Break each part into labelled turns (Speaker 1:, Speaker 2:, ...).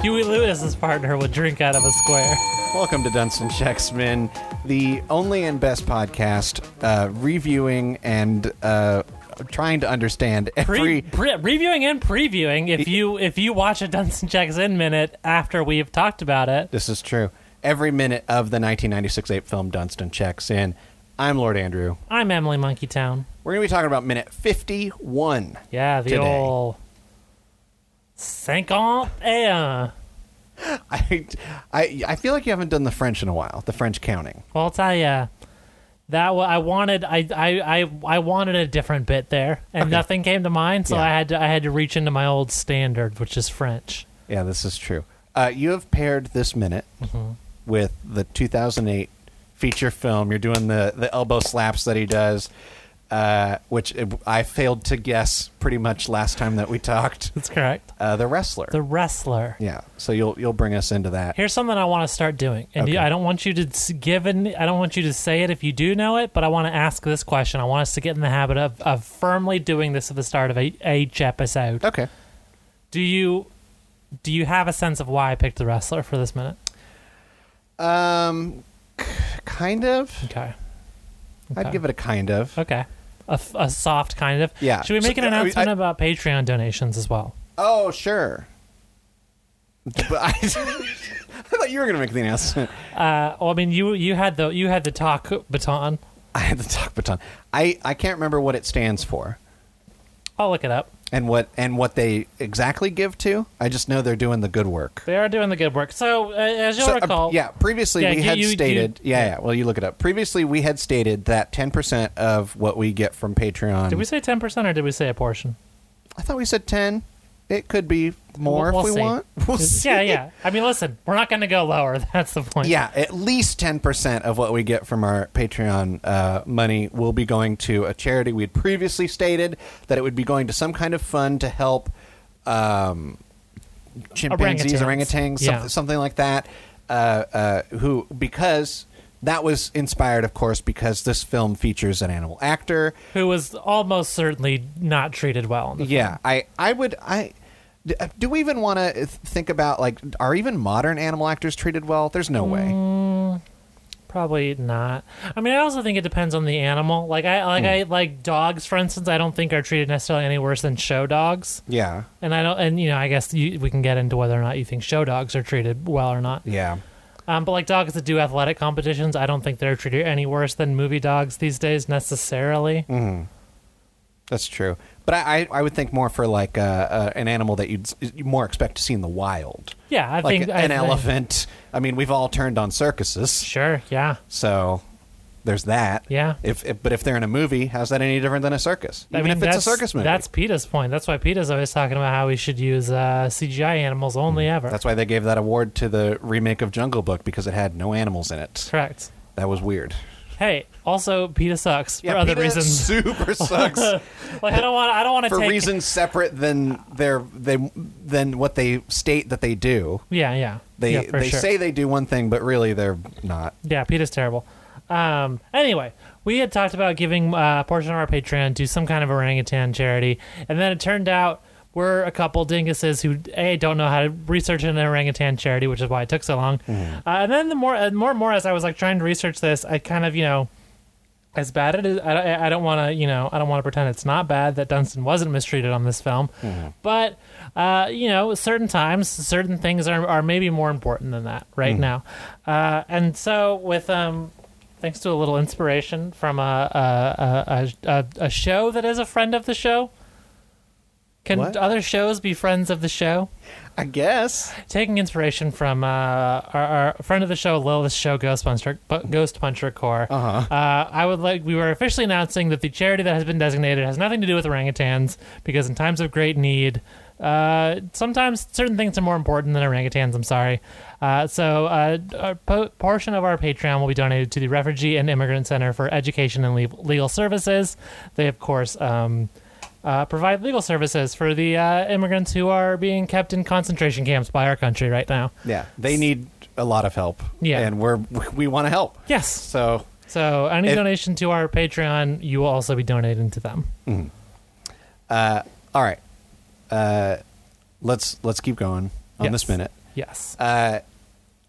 Speaker 1: Huey Lewis's partner would drink out of a square.
Speaker 2: Welcome to Dunstan Checksman, the only and best podcast uh, reviewing and uh, trying to understand
Speaker 1: Pre-
Speaker 2: every.
Speaker 1: pre- reviewing and previewing. If you if you watch a Dunstan checks in minute after we've talked about it,
Speaker 2: This is true. Every minute of the 1996 8 film Dunstan Checks In. I'm Lord Andrew.
Speaker 1: I'm Emily Monkeytown.
Speaker 2: We're going to be talking about minute 51.
Speaker 1: Yeah, the
Speaker 2: Today.
Speaker 1: old cinquante un.
Speaker 2: I, I, I feel like you haven't done the French in a while, the French counting.
Speaker 1: Well, I'll tell you that wa- I wanted I, I I I wanted a different bit there, and nothing came to mind, so
Speaker 2: Yeah.
Speaker 1: I had to I had to reach into my old standard, which is French.
Speaker 2: Yeah, this is true. Uh, you have paired this minute
Speaker 1: Mm-hmm.
Speaker 2: with the 2008 feature film. You're doing the, the elbow slaps that he does, uh, which I failed to guess pretty much last time that we talked.
Speaker 1: That's correct.
Speaker 2: Uh, the wrestler.
Speaker 1: The wrestler.
Speaker 2: yeah, so you'll you'll bring us into that.
Speaker 1: Here's something I want to start doing, and
Speaker 2: Okay.
Speaker 1: I don't want you to s- give. An, I don't want you to say it if you do know it, but I want to ask this question. I want us to get in the habit of, of firmly doing this at the start of a, each episode.
Speaker 2: Okay.
Speaker 1: Do you do you have a sense of why I picked the wrestler for this minute?
Speaker 2: Um, k- kind of.
Speaker 1: Okay, Okay.
Speaker 2: I'd give it a kind of.
Speaker 1: okay, a, f- a soft kind of.
Speaker 2: Yeah.
Speaker 1: Should we make
Speaker 2: So,
Speaker 1: an
Speaker 2: I mean,
Speaker 1: announcement
Speaker 2: I-
Speaker 1: about Patreon donations as well?
Speaker 2: Oh, sure. But I, I thought you were going to make the announcement.
Speaker 1: Uh, well, I mean, you you had the you had the talk baton.
Speaker 2: I had the talk baton. I, I can't remember what it stands for.
Speaker 1: I'll look it up.
Speaker 2: and what and what they exactly give to. I just know they're doing the good work.
Speaker 1: They are doing the good work. So, uh, as you'll
Speaker 2: So, uh,
Speaker 1: recall,
Speaker 2: yeah, previously
Speaker 1: Yeah,
Speaker 2: we
Speaker 1: you-
Speaker 2: had
Speaker 1: you-
Speaker 2: stated. yeah, yeah. Well, you look it up. Previously, we had stated that ten percent of what we get from Patreon.
Speaker 1: Did we say ten percent or did we say a portion?
Speaker 2: I thought we said ten. It could be more
Speaker 1: We'll-
Speaker 2: if we
Speaker 1: we'll see.
Speaker 2: want. We'll see.
Speaker 1: Yeah, yeah. I mean, listen, we're not going to go lower. That's the point.
Speaker 2: Yeah, at least 10% of what we get from our Patreon uh, money will be going to a charity. We had previously stated that it would be going to some kind of fund to help um, chimpanzees,
Speaker 1: Orangutans.
Speaker 2: orangutans,
Speaker 1: Yeah.
Speaker 2: something, something like that, uh, uh, who, because that was inspired, of course, because this film features an animal actor.
Speaker 1: Who was almost certainly not treated well. in the-
Speaker 2: Yeah, I, I would, I. d- uh, Do we even want to think about like are even modern animal actors treated well? There's no way.
Speaker 1: Mm. Probably not. I mean, I also think it depends on the animal. Like I
Speaker 2: Hmm.
Speaker 1: like I like dogs, for instance. I don't think are treated necessarily any worse than show dogs.
Speaker 2: Yeah,
Speaker 1: And I don't. And you know, I guess you, we can get into whether or not you think show dogs are treated well or not.
Speaker 2: yeah.
Speaker 1: Um, but like dogs that do athletic competitions, I don't think they're treated any worse than movie dogs these days necessarily.
Speaker 2: Hmm. That's true, but I, I, I would think more for like uh, uh, an animal that you'd, you more expect to see in the wild,
Speaker 1: Yeah, I
Speaker 2: like
Speaker 1: think I
Speaker 2: an
Speaker 1: think-
Speaker 2: elephant. I mean, we've all turned on circuses,
Speaker 1: Sure. Yeah.
Speaker 2: so there's that.
Speaker 1: Yeah.
Speaker 2: If, if but if they're in a movie, how's that any different than a circus?
Speaker 1: I
Speaker 2: Even
Speaker 1: mean,
Speaker 2: if it's a
Speaker 1: that's-
Speaker 2: circus movie,
Speaker 1: That's PETA's point. That's why PETA's always talking about how we should use uh, CGI animals only ever.
Speaker 2: Mm. that's why they gave that award to the remake of Jungle Book because it had no animals in it.
Speaker 1: correct.
Speaker 2: That was weird.
Speaker 1: Hey, also PETA sucks for
Speaker 2: Yeah,
Speaker 1: other
Speaker 2: PETA
Speaker 1: reasons.
Speaker 2: super sucks
Speaker 1: like I don't want I don't want to
Speaker 2: for
Speaker 1: take
Speaker 2: reasons separate than their they than what they state that they do.
Speaker 1: Yeah, yeah.
Speaker 2: They
Speaker 1: yeah, for
Speaker 2: they
Speaker 1: sure.
Speaker 2: say they do one thing, but really they're not.
Speaker 1: Yeah, PETA's terrible. Um, anyway, we had talked about giving uh, a portion of our Patreon to some kind of orangutan charity, and then it turned out we're a couple dinguses who a don't know how to research an orangutan charity, which is why it took so long.
Speaker 2: Mm.
Speaker 1: Uh, and then the more, uh, more and more, as I was like trying to research this, I kind of you know. As bad it is, I, I- I don't want to, you know, I don't want to pretend it's not bad that Dunstan wasn't mistreated on this film, but uh, you know, certain times, certain things are, are maybe more important than that right now. Uh, and so, with um, thanks to a little inspiration from a a, a, a, a show that is a friend of the show. Can
Speaker 2: What?
Speaker 1: other shows be friends of the show?
Speaker 2: I guess.
Speaker 1: Taking inspiration from uh, our, our friend of the show, Lilith Show Ghost Puncher, Bu- Ghost Puncher Corps. Uh-huh. I would like, we were officially announcing that the charity that has been designated has nothing to do with orangutans because in times of great need, uh, sometimes certain things are more important than orangutans. I'm sorry. Uh, so, uh, a po- portion of our Patreon will be donated to the Refugee and Immigrant Center for Education and Le- Legal Services. They, of course, um, uh, provide legal services for the uh, immigrants who are being kept in concentration camps by our country right now.
Speaker 2: Yeah, they need a lot of help.
Speaker 1: Yeah.
Speaker 2: and we're we want to help.
Speaker 1: Yes.
Speaker 2: So
Speaker 1: So any
Speaker 2: If-
Speaker 1: donation to our Patreon, you will also be donating to them.
Speaker 2: all right, uh, let's let's keep going on
Speaker 1: Yes.
Speaker 2: this minute.
Speaker 1: Yes.
Speaker 2: Uh,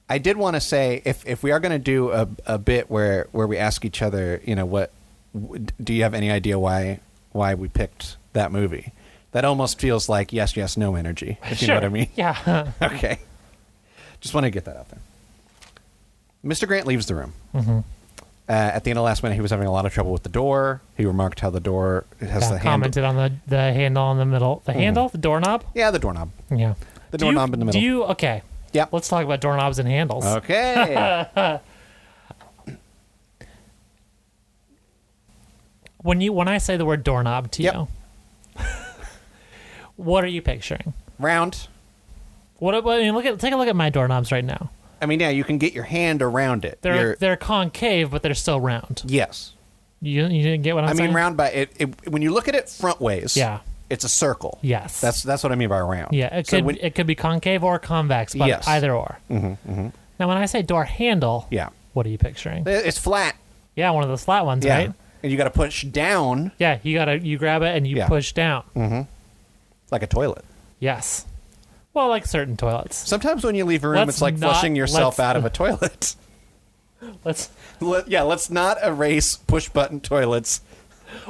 Speaker 2: I did want to say if if we are going to do a, a bit where where we ask each other, you know, what w- do you have any idea why why we picked that movie? That almost feels like yes, yes, no energy. If you know what I mean.
Speaker 1: Yeah.
Speaker 2: Okay. Just want to get that out there. Mr. Grant leaves the room.
Speaker 1: Mm-hmm.
Speaker 2: Uh, at the end of last minute, he was having a lot of trouble with the door. He remarked how the door has
Speaker 1: Yeah,
Speaker 2: the handle.
Speaker 1: commented on the, the handle in the middle. The handle? The doorknob?
Speaker 2: Yeah, the doorknob.
Speaker 1: Yeah.
Speaker 2: The
Speaker 1: Do you-
Speaker 2: doorknob in the middle.
Speaker 1: Do you okay.
Speaker 2: Yeah. Uh,
Speaker 1: Let's talk about doorknobs and handles.
Speaker 2: Okay.
Speaker 1: When you when I say the word doorknob to
Speaker 2: Yep.
Speaker 1: you, what are you picturing?
Speaker 2: Round.
Speaker 1: What I mean, look at take a look at my doorknobs right now.
Speaker 2: I mean, yeah, you can get your hand around it.
Speaker 1: They're
Speaker 2: You're-
Speaker 1: they're concave, but they're still round.
Speaker 2: yes.
Speaker 1: You you didn't get what I'm
Speaker 2: I
Speaker 1: saying?
Speaker 2: mean, round by it, it. When you look at it front ways,
Speaker 1: Yeah.
Speaker 2: it's a circle.
Speaker 1: Yes.
Speaker 2: That's that's what I mean by round.
Speaker 1: Yeah, it
Speaker 2: So
Speaker 1: could
Speaker 2: when-
Speaker 1: it could be concave or convex, but
Speaker 2: Yes.
Speaker 1: either or. Mm-hmm, Now, when I say door handle,
Speaker 2: Yeah.
Speaker 1: what are you picturing?
Speaker 2: it's flat.
Speaker 1: Yeah, one of those flat ones,
Speaker 2: Yeah.
Speaker 1: right?
Speaker 2: And you got to push down
Speaker 1: Yeah, you gotta you grab it and you
Speaker 2: Yeah. Mm-hmm.
Speaker 1: push down.
Speaker 2: like a toilet.
Speaker 1: Yes. Well, like certain toilets.
Speaker 2: Sometimes when you leave a room,
Speaker 1: Let's
Speaker 2: it's like
Speaker 1: not-
Speaker 2: flushing yourself
Speaker 1: let's-
Speaker 2: out of a toilet.
Speaker 1: Let's
Speaker 2: Let- yeah, let's not erase push button toilets.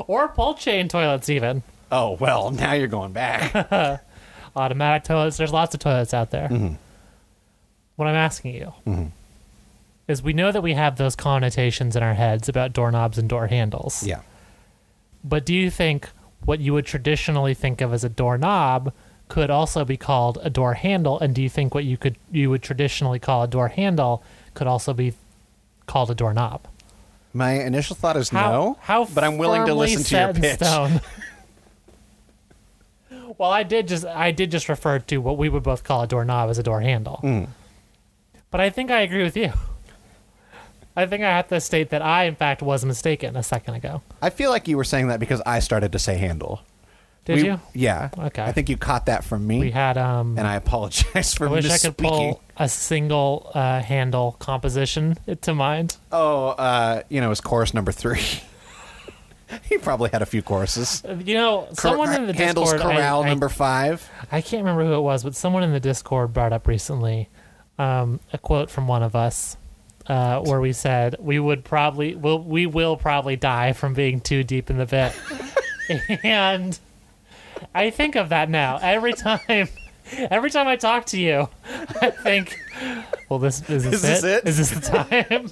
Speaker 1: or pull chain toilets even.
Speaker 2: Oh well, now you're going back.
Speaker 1: Automatic toilets. There's lots of toilets out there.
Speaker 2: Mm-hmm.
Speaker 1: What I'm asking you is, we know that we have those connotations in our heads about doorknobs and door handles.
Speaker 2: yeah.
Speaker 1: But do you think what you would traditionally think of as a doorknob could also be called a door handle? And do you think what you could you would traditionally call a door handle could also be called a doorknob?
Speaker 2: My initial thought is
Speaker 1: How,
Speaker 2: no.
Speaker 1: how
Speaker 2: but I'm willing to
Speaker 1: firmly
Speaker 2: listen to
Speaker 1: set
Speaker 2: your
Speaker 1: in
Speaker 2: pitch.
Speaker 1: Stone. well, I did just I did just refer to what we would both call a doorknob as a door handle.
Speaker 2: Hmm.
Speaker 1: But I think I agree with you. I think I have to state that I, in fact, was mistaken a second ago.
Speaker 2: I feel like you were saying that because I started to say handle.
Speaker 1: Did
Speaker 2: We-
Speaker 1: you?
Speaker 2: Yeah.
Speaker 1: Okay.
Speaker 2: I think you caught that from me,
Speaker 1: We had um.
Speaker 2: and I apologize for
Speaker 1: I wish
Speaker 2: misspeaking.
Speaker 1: I could pull a single uh, handle composition to mind.
Speaker 2: Oh, uh, you know, it was chorus number three. he probably had a few choruses.
Speaker 1: You know, someone
Speaker 2: Uh, Cor-
Speaker 1: in the
Speaker 2: handles
Speaker 1: Discord, I-
Speaker 2: chorale
Speaker 1: I,
Speaker 2: number five.
Speaker 1: I can't remember who it was, but someone in the Discord brought up recently um, a quote from one of us uh, where we said we would probably will we will probably die from being too deep in the bit, and I think of that now every time. Every time I talk to you, I think, "Well, this is this,
Speaker 2: Is this it?
Speaker 1: Is this the time?"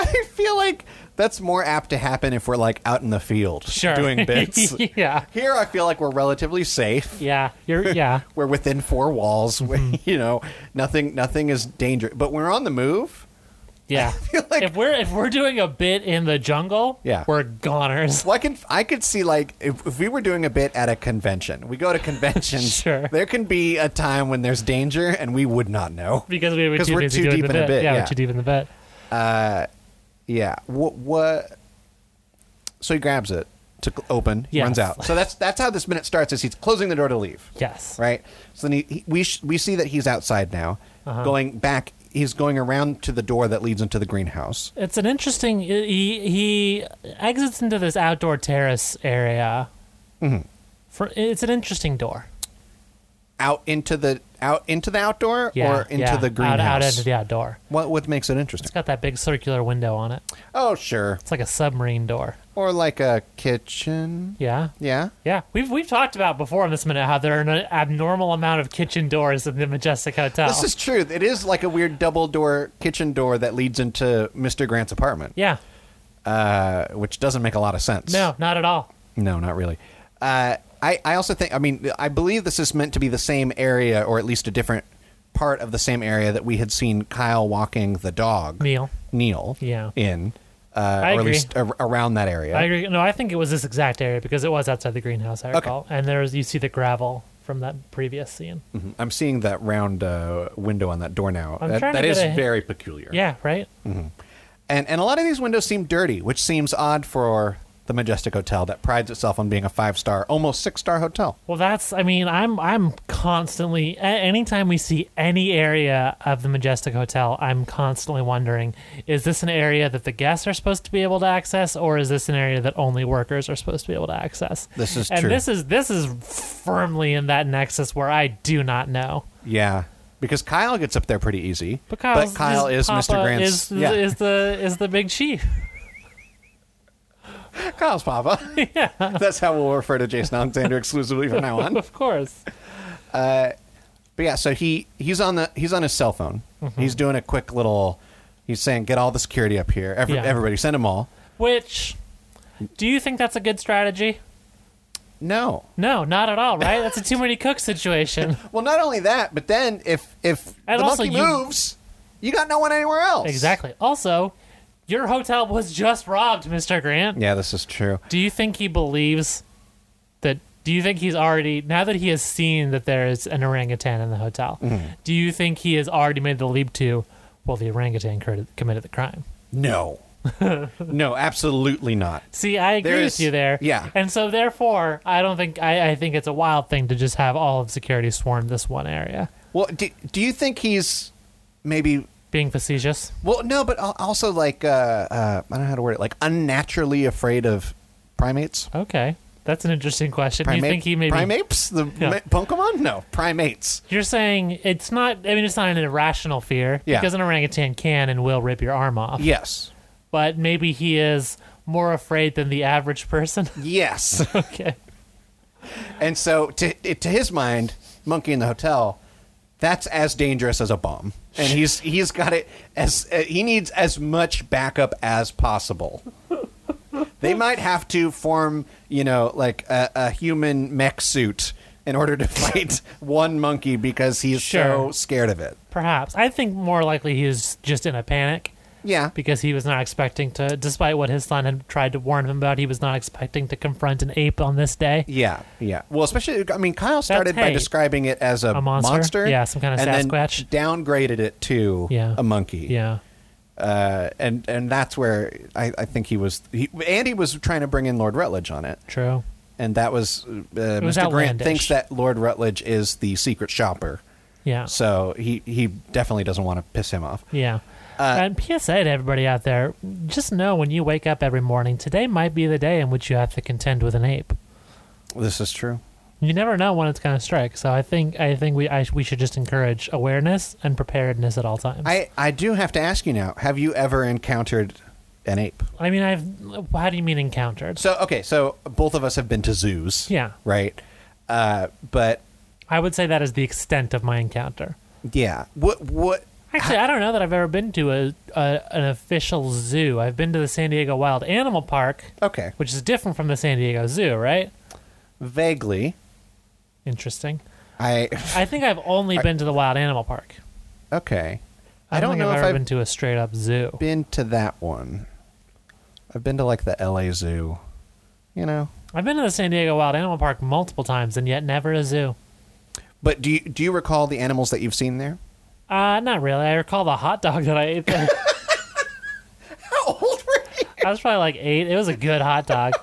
Speaker 2: I feel like that's more apt to happen if we're like out in the field
Speaker 1: Sure,
Speaker 2: doing bits.
Speaker 1: yeah,
Speaker 2: Here, I feel like we're relatively safe.
Speaker 1: yeah, you're yeah.
Speaker 2: We're within four walls.
Speaker 1: Hmm.
Speaker 2: We- you know, nothing, nothing is dangerous. But when we're on the move,
Speaker 1: Yeah.
Speaker 2: like-
Speaker 1: if we're if we're doing a bit in the jungle,
Speaker 2: Yeah.
Speaker 1: we're goners.
Speaker 2: Well, I can I could see like if, if we were doing a bit at a convention, we go to conventions.
Speaker 1: Sure.
Speaker 2: There can be a time when there's danger and we would not know.
Speaker 1: Because we were
Speaker 2: 'Cause
Speaker 1: too
Speaker 2: we're
Speaker 1: busy
Speaker 2: too
Speaker 1: doing
Speaker 2: deep
Speaker 1: the
Speaker 2: in a
Speaker 1: bit.
Speaker 2: bit,
Speaker 1: yeah,
Speaker 2: yeah.
Speaker 1: we're too deep in the bit.
Speaker 2: Yeah. What? What? So he grabs it to cl- open. He
Speaker 1: Yes.
Speaker 2: runs out. So that's that's how this minute starts. Is he's closing the door to leave.
Speaker 1: Yes.
Speaker 2: Right. So then he, he we sh- we see that he's outside now,
Speaker 1: Uh-huh.
Speaker 2: going back. He's going around to the door that leads into the greenhouse.
Speaker 1: It's an interesting. He he exits into this outdoor terrace area.
Speaker 2: Mm-hmm.
Speaker 1: For it's an interesting door.
Speaker 2: Out into the out into the outdoor
Speaker 1: Yeah.
Speaker 2: or into
Speaker 1: yeah.
Speaker 2: the
Speaker 1: Out,
Speaker 2: greenhouse.
Speaker 1: out into the outdoor.
Speaker 2: what what makes it interesting?
Speaker 1: It's got that big circular window on it.
Speaker 2: Oh sure.
Speaker 1: It's like a submarine door.
Speaker 2: Or like a kitchen.
Speaker 1: Yeah.
Speaker 2: Yeah.
Speaker 1: Yeah, we've we've talked about before in this minute how there are an abnormal amount of kitchen doors in the Majestic Hotel.
Speaker 2: This is true. It is like a weird double door kitchen door that leads into Mr. Grant's apartment,
Speaker 1: yeah,
Speaker 2: uh, which doesn't make a lot of sense.
Speaker 1: no, not at all.
Speaker 2: No, not really. Uh, I, I also think, I mean, I believe this is meant to be the same area or at least a different part of the same area that we had seen Kyle walking the dog,
Speaker 1: Neil.
Speaker 2: Neil,
Speaker 1: Yeah.
Speaker 2: in, uh,
Speaker 1: I
Speaker 2: or at
Speaker 1: agree.
Speaker 2: least ar- around that area.
Speaker 1: I agree. No, I think it was this exact area because it was outside the greenhouse. I recall, and there was you see the gravel from that previous scene.
Speaker 2: Mhm. I'm seeing that round uh, window on that door now.
Speaker 1: I'm
Speaker 2: that
Speaker 1: trying to
Speaker 2: that
Speaker 1: get
Speaker 2: is
Speaker 1: a-
Speaker 2: very peculiar.
Speaker 1: Yeah, right.
Speaker 2: And and a lot of these windows seem dirty, which seems odd for the Majestic Hotel that prides itself on being a five star, almost six star hotel.
Speaker 1: Well, that's. I mean, I'm. I'm constantly. a- Anytime we see any area of the Majestic Hotel, I'm constantly wondering: Is this an area that the guests are supposed to be able to access, or is this an area that only workers are supposed to be able to access?
Speaker 2: This is
Speaker 1: and
Speaker 2: true.
Speaker 1: this is this is firmly in that nexus where I do not know.
Speaker 2: Yeah. Because Kyle gets up there pretty easy.
Speaker 1: But, Kyle's,
Speaker 2: but Kyle
Speaker 1: his
Speaker 2: is Mr.
Speaker 1: papa Is,
Speaker 2: Grant's. yeah.
Speaker 1: is the is the big chief?
Speaker 2: Kyle's Papa. That's how we'll refer to Jason Alexander exclusively from now on.
Speaker 1: of course.
Speaker 2: But yeah, so he he's on the he's on his cell phone.
Speaker 1: Mm-hmm.
Speaker 2: He's doing a quick little. He's saying, "Get all the security up here. Every,
Speaker 1: Yeah.
Speaker 2: Everybody, send them all."
Speaker 1: Which, do you think that's a good strategy?
Speaker 2: No.
Speaker 1: No, not at all. Right? That's a too many cooks situation.
Speaker 2: Well, not only that, but then if if
Speaker 1: And
Speaker 2: the
Speaker 1: also
Speaker 2: monkey
Speaker 1: you-
Speaker 2: moves, you got no one anywhere else.
Speaker 1: Exactly. Also, your hotel was just robbed, Mr. Grant.
Speaker 2: Yeah, this is true.
Speaker 1: Do you think he believes that? Do you think he's already now that he has seen that there is an orangutan in the hotel?
Speaker 2: Mm-hmm.
Speaker 1: Do you think he has already made the leap to? Well, the orangutan cur- committed the crime.
Speaker 2: No. no, absolutely not.
Speaker 1: See, I agree
Speaker 2: There
Speaker 1: with
Speaker 2: is-
Speaker 1: you there.
Speaker 2: yeah.
Speaker 1: And so, therefore, I don't think I, I think it's a wild thing to just have all of security swarm this one area.
Speaker 2: Well, do, do you think he's maybe
Speaker 1: Being facetious.
Speaker 2: Well, no, but al- also like uh, uh, I don't know how to word it. Like unnaturally afraid of primates.
Speaker 1: Okay, that's an interesting question.
Speaker 2: Primate,
Speaker 1: you think he maybe?
Speaker 2: primates? The
Speaker 1: Yeah.
Speaker 2: ma- Pokemon? No, primates.
Speaker 1: You're saying it's not. I mean, it's not an irrational fear
Speaker 2: Yeah.
Speaker 1: because an orangutan can and will rip your arm off.
Speaker 2: Yes,
Speaker 1: But maybe he is more afraid than the average person.
Speaker 2: yes.
Speaker 1: okay.
Speaker 2: and so, to it- to his mind, monkey in the hotel, that's as dangerous as a bomb, and he's he's got it as uh, he needs as much backup as possible. They might have to form, you know, like a, a human mech suit in order to fight one monkey because he's so
Speaker 1: Sure.
Speaker 2: scared of it.
Speaker 1: Perhaps I think more likely he is just in a panic.
Speaker 2: Yeah.
Speaker 1: because he was not expecting to despite what his son had tried to warn him about he was not expecting to confront an ape on this day
Speaker 2: Yeah, yeah. Well, especially I mean, Kyle started by
Speaker 1: hey,
Speaker 2: describing it as a,
Speaker 1: a monster? Yeah, some kind of
Speaker 2: and
Speaker 1: Sasquatch.
Speaker 2: Then downgraded it to
Speaker 1: Yeah.
Speaker 2: a monkey.
Speaker 1: yeah
Speaker 2: uh, and and that's where I, I think he was. He, Andy was trying to bring in Lord Rutledge on it,
Speaker 1: true
Speaker 2: and that was uh, Mr.
Speaker 1: was
Speaker 2: Grant
Speaker 1: outlandish.
Speaker 2: thinks that Lord Rutledge is the secret shopper,
Speaker 1: yeah
Speaker 2: so he he definitely doesn't want to piss him off.
Speaker 1: yeah
Speaker 2: uh,
Speaker 1: and psa to everybody out there just know when you wake up every morning today might be the day in which you have to contend with an ape
Speaker 2: This is true.
Speaker 1: you never know when it's going to strike so i think i think we I, we should just encourage awareness and preparedness at all times
Speaker 2: I I do have to ask you now. Have you ever encountered an ape?
Speaker 1: I mean i've how do you mean encountered
Speaker 2: So okay, so both of us have been to zoos.
Speaker 1: Yeah.
Speaker 2: Right. Uh, but
Speaker 1: i would say that is the extent of my encounter
Speaker 2: yeah, what what?
Speaker 1: Actually, I don't know that I've ever been to a, a an official zoo. I've been to the San Diego Wild Animal Park,
Speaker 2: Okay,
Speaker 1: which is different from the San Diego Zoo, right?
Speaker 2: vaguely.
Speaker 1: Interesting.
Speaker 2: I
Speaker 1: I think I've only been to the Wild Animal Park.
Speaker 2: okay. I don't
Speaker 1: think
Speaker 2: know
Speaker 1: I've
Speaker 2: if
Speaker 1: ever
Speaker 2: I've
Speaker 1: been to a straight up zoo.
Speaker 2: been to that one. I've been to like the L.A. Zoo. You know.
Speaker 1: I've been to the San Diego Wild Animal Park multiple times and yet never a zoo.
Speaker 2: But do you do you recall the animals that you've seen there?
Speaker 1: Uh, not really. I recall the hot dog that I ate there.
Speaker 2: How old were you?
Speaker 1: I was probably like eight. It was a good hot dog.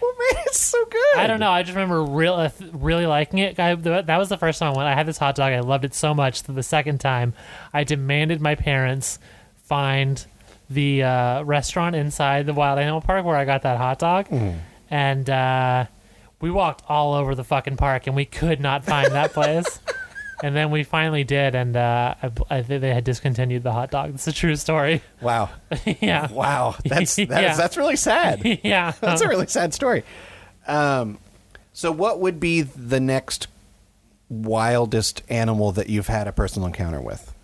Speaker 2: What made it so good?
Speaker 1: I don't know. I just remember real, uh, really liking it. I, th- that was the first time I went. I had this hot dog. I loved it so much that the second time, I demanded my parents find the uh, restaurant inside the Wild Animal Park where I got that hot dog, and uh, we walked all over the fucking park and we could not find that place. And then we finally did, and uh, I, b- I think they had discontinued the hot dog. It's a true story.
Speaker 2: Wow,
Speaker 1: yeah,
Speaker 2: wow. That's that's
Speaker 1: Yeah.
Speaker 2: that's really sad.
Speaker 1: yeah.
Speaker 2: That's a really sad story. Um, so, what would be the next wildest animal that you've had a personal encounter with?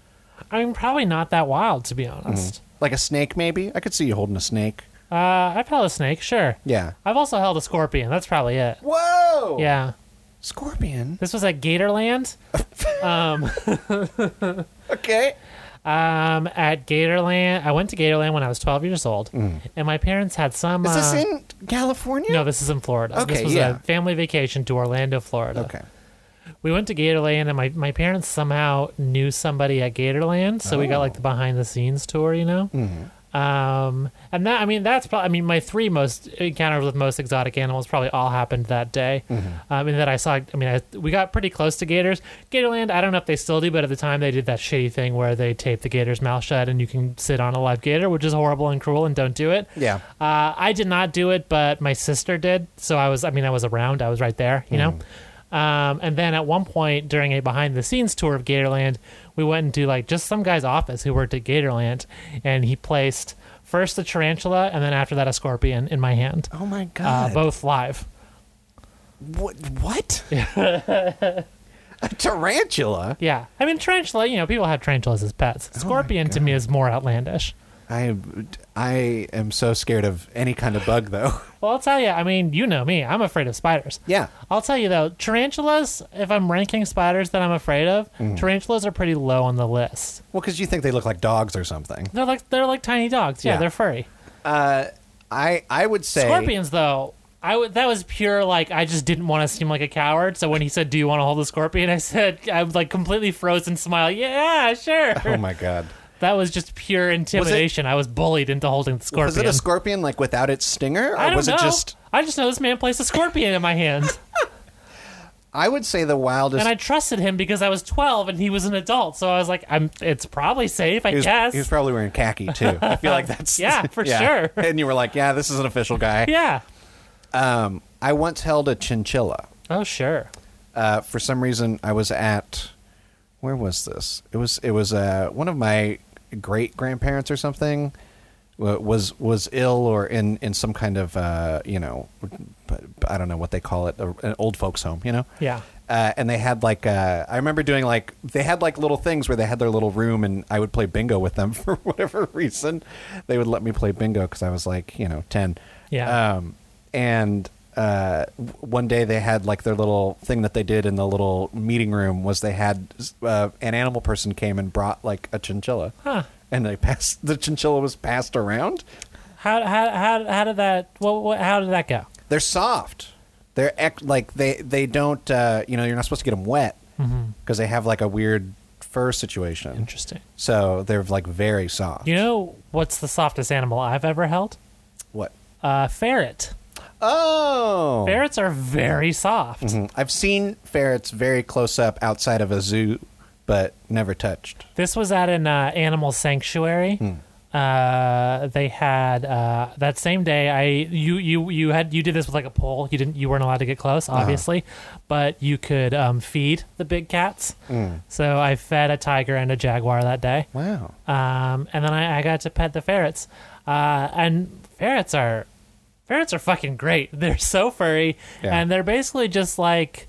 Speaker 1: I mean, probably not that wild to be honest.
Speaker 2: Like a snake, maybe? I could see you holding a snake.
Speaker 1: Uh, I've held a snake, sure.
Speaker 2: Yeah.
Speaker 1: I've also held a scorpion. That's probably it.
Speaker 2: Whoa!
Speaker 1: Yeah.
Speaker 2: Scorpion.
Speaker 1: This was at Gatorland.
Speaker 2: Okay.
Speaker 1: Um, at Gatorland, I went to Gatorland when I was 12 years old, and my parents had some.
Speaker 2: Mm. Is this
Speaker 1: uh,
Speaker 2: in California?
Speaker 1: No, this is in Florida. this
Speaker 2: Okay,
Speaker 1: was
Speaker 2: yeah.
Speaker 1: a family vacation to Orlando, Florida.
Speaker 2: Okay.
Speaker 1: We went to Gatorland, and my, my parents somehow knew somebody at Gatorland, so we got like the behind the scenes tour, you know? Um, and that I mean that's probably I mean my three most encounters with most exotic animals probably all happened that day. Um, and that I saw I mean I, we got pretty close to gators. Gatorland I don't know if they still do, but at the time they did that shitty thing where they tape the gator's mouth shut and you can sit on a live gator, which is horrible and cruel and don't do it.
Speaker 2: Yeah.
Speaker 1: Uh, I did not do it, but my sister did. So I was I mean I was around. I was right there. You know.
Speaker 2: Hmm.
Speaker 1: Um, and then at one point during a behind the scenes tour of Gatorland, we went into like just some guy's office who worked at Gatorland, and he placed first a tarantula and then after that a scorpion in my hand,
Speaker 2: Oh my
Speaker 1: uh,
Speaker 2: god.
Speaker 1: both live.
Speaker 2: what? What? a tarantula.
Speaker 1: Yeah, I mean tarantula. You know, people have tarantulas as pets.
Speaker 2: Oh,
Speaker 1: Scorpion to me is more outlandish.
Speaker 2: I I am so scared of any kind of bug though.
Speaker 1: Well, I'll tell you. I mean, you know me. I'm afraid of spiders.
Speaker 2: Yeah.
Speaker 1: I'll tell you though, tarantulas. If I'm ranking spiders that I'm afraid of,
Speaker 2: Mm.
Speaker 1: tarantulas are pretty low on the list.
Speaker 2: Well, because you think they look like dogs or something.
Speaker 1: They're like they're like tiny dogs. Yeah,
Speaker 2: Yeah.
Speaker 1: they're furry.
Speaker 2: I I would say
Speaker 1: Scorpions though, I would that was pure like I just didn't want to seem like a coward. So when he said, "Do you want to hold the scorpion?" I said, "I'm like completely frozen, smile. Yeah, sure."
Speaker 2: Oh my god.
Speaker 1: that was just pure intimidation. I was bullied into holding the scorpion.
Speaker 2: Was it a scorpion like without its stinger, or
Speaker 1: I don't
Speaker 2: was
Speaker 1: know.
Speaker 2: it just?
Speaker 1: I just know this man placed a scorpion in my hand,
Speaker 2: I would say the wildest.
Speaker 1: and I trusted him because I was 12 and he was an adult. So I was like, "I'm. It's probably safe, I
Speaker 2: he was,
Speaker 1: guess."
Speaker 2: he was probably wearing khaki too. I feel like that's
Speaker 1: Yeah, for sure.
Speaker 2: And you were like, yeah, this is an official guy.
Speaker 1: yeah.
Speaker 2: Um, I once held a chinchilla.
Speaker 1: Oh sure.
Speaker 2: uh, for some reason I was at where was this? It was it was uh, one of my great grandparents or something wa- was was ill or in in some kind of uh, you know but- but I don't know what they call it a- an old folks home you know
Speaker 1: Yeah.
Speaker 2: uh, and they had like uh, I remember doing like they had like little things where they had their little room and I would play bingo with them for whatever reason they would let me play bingo because I was like you know ten
Speaker 1: Yeah.
Speaker 2: um, and uh, w- one day they had like their little thing that they did in the little meeting room was they had uh, an animal person came and brought like a chinchilla
Speaker 1: Huh.
Speaker 2: and they passed the chinchilla was passed around
Speaker 1: How how how, how did that? What, what how did that go?
Speaker 2: they're soft. They're ec- like they they don't uh, you know you're not supposed to get them wet because they have like a weird fur situation.
Speaker 1: Mm-hmm. Interesting.
Speaker 2: So they're like very soft.
Speaker 1: You know what's the softest animal I've ever held?
Speaker 2: what?
Speaker 1: Uh, ferret.
Speaker 2: Oh,
Speaker 1: Ferrets are very soft.
Speaker 2: Mhm. I've seen ferrets very close up outside of a zoo, but never touched.
Speaker 1: This was at an uh, animal sanctuary. Uh, they had uh, that same day. I you you you had you did this with like a pole. You didn't you weren't allowed to get close, obviously, but you could um, feed the big cats. So I fed a tiger and a jaguar that day.
Speaker 2: Wow.
Speaker 1: um, and then I, I got to pet the ferrets. Uh, and ferrets are ferrets are fucking great. They're so furry,
Speaker 2: Yeah.
Speaker 1: and they're basically just like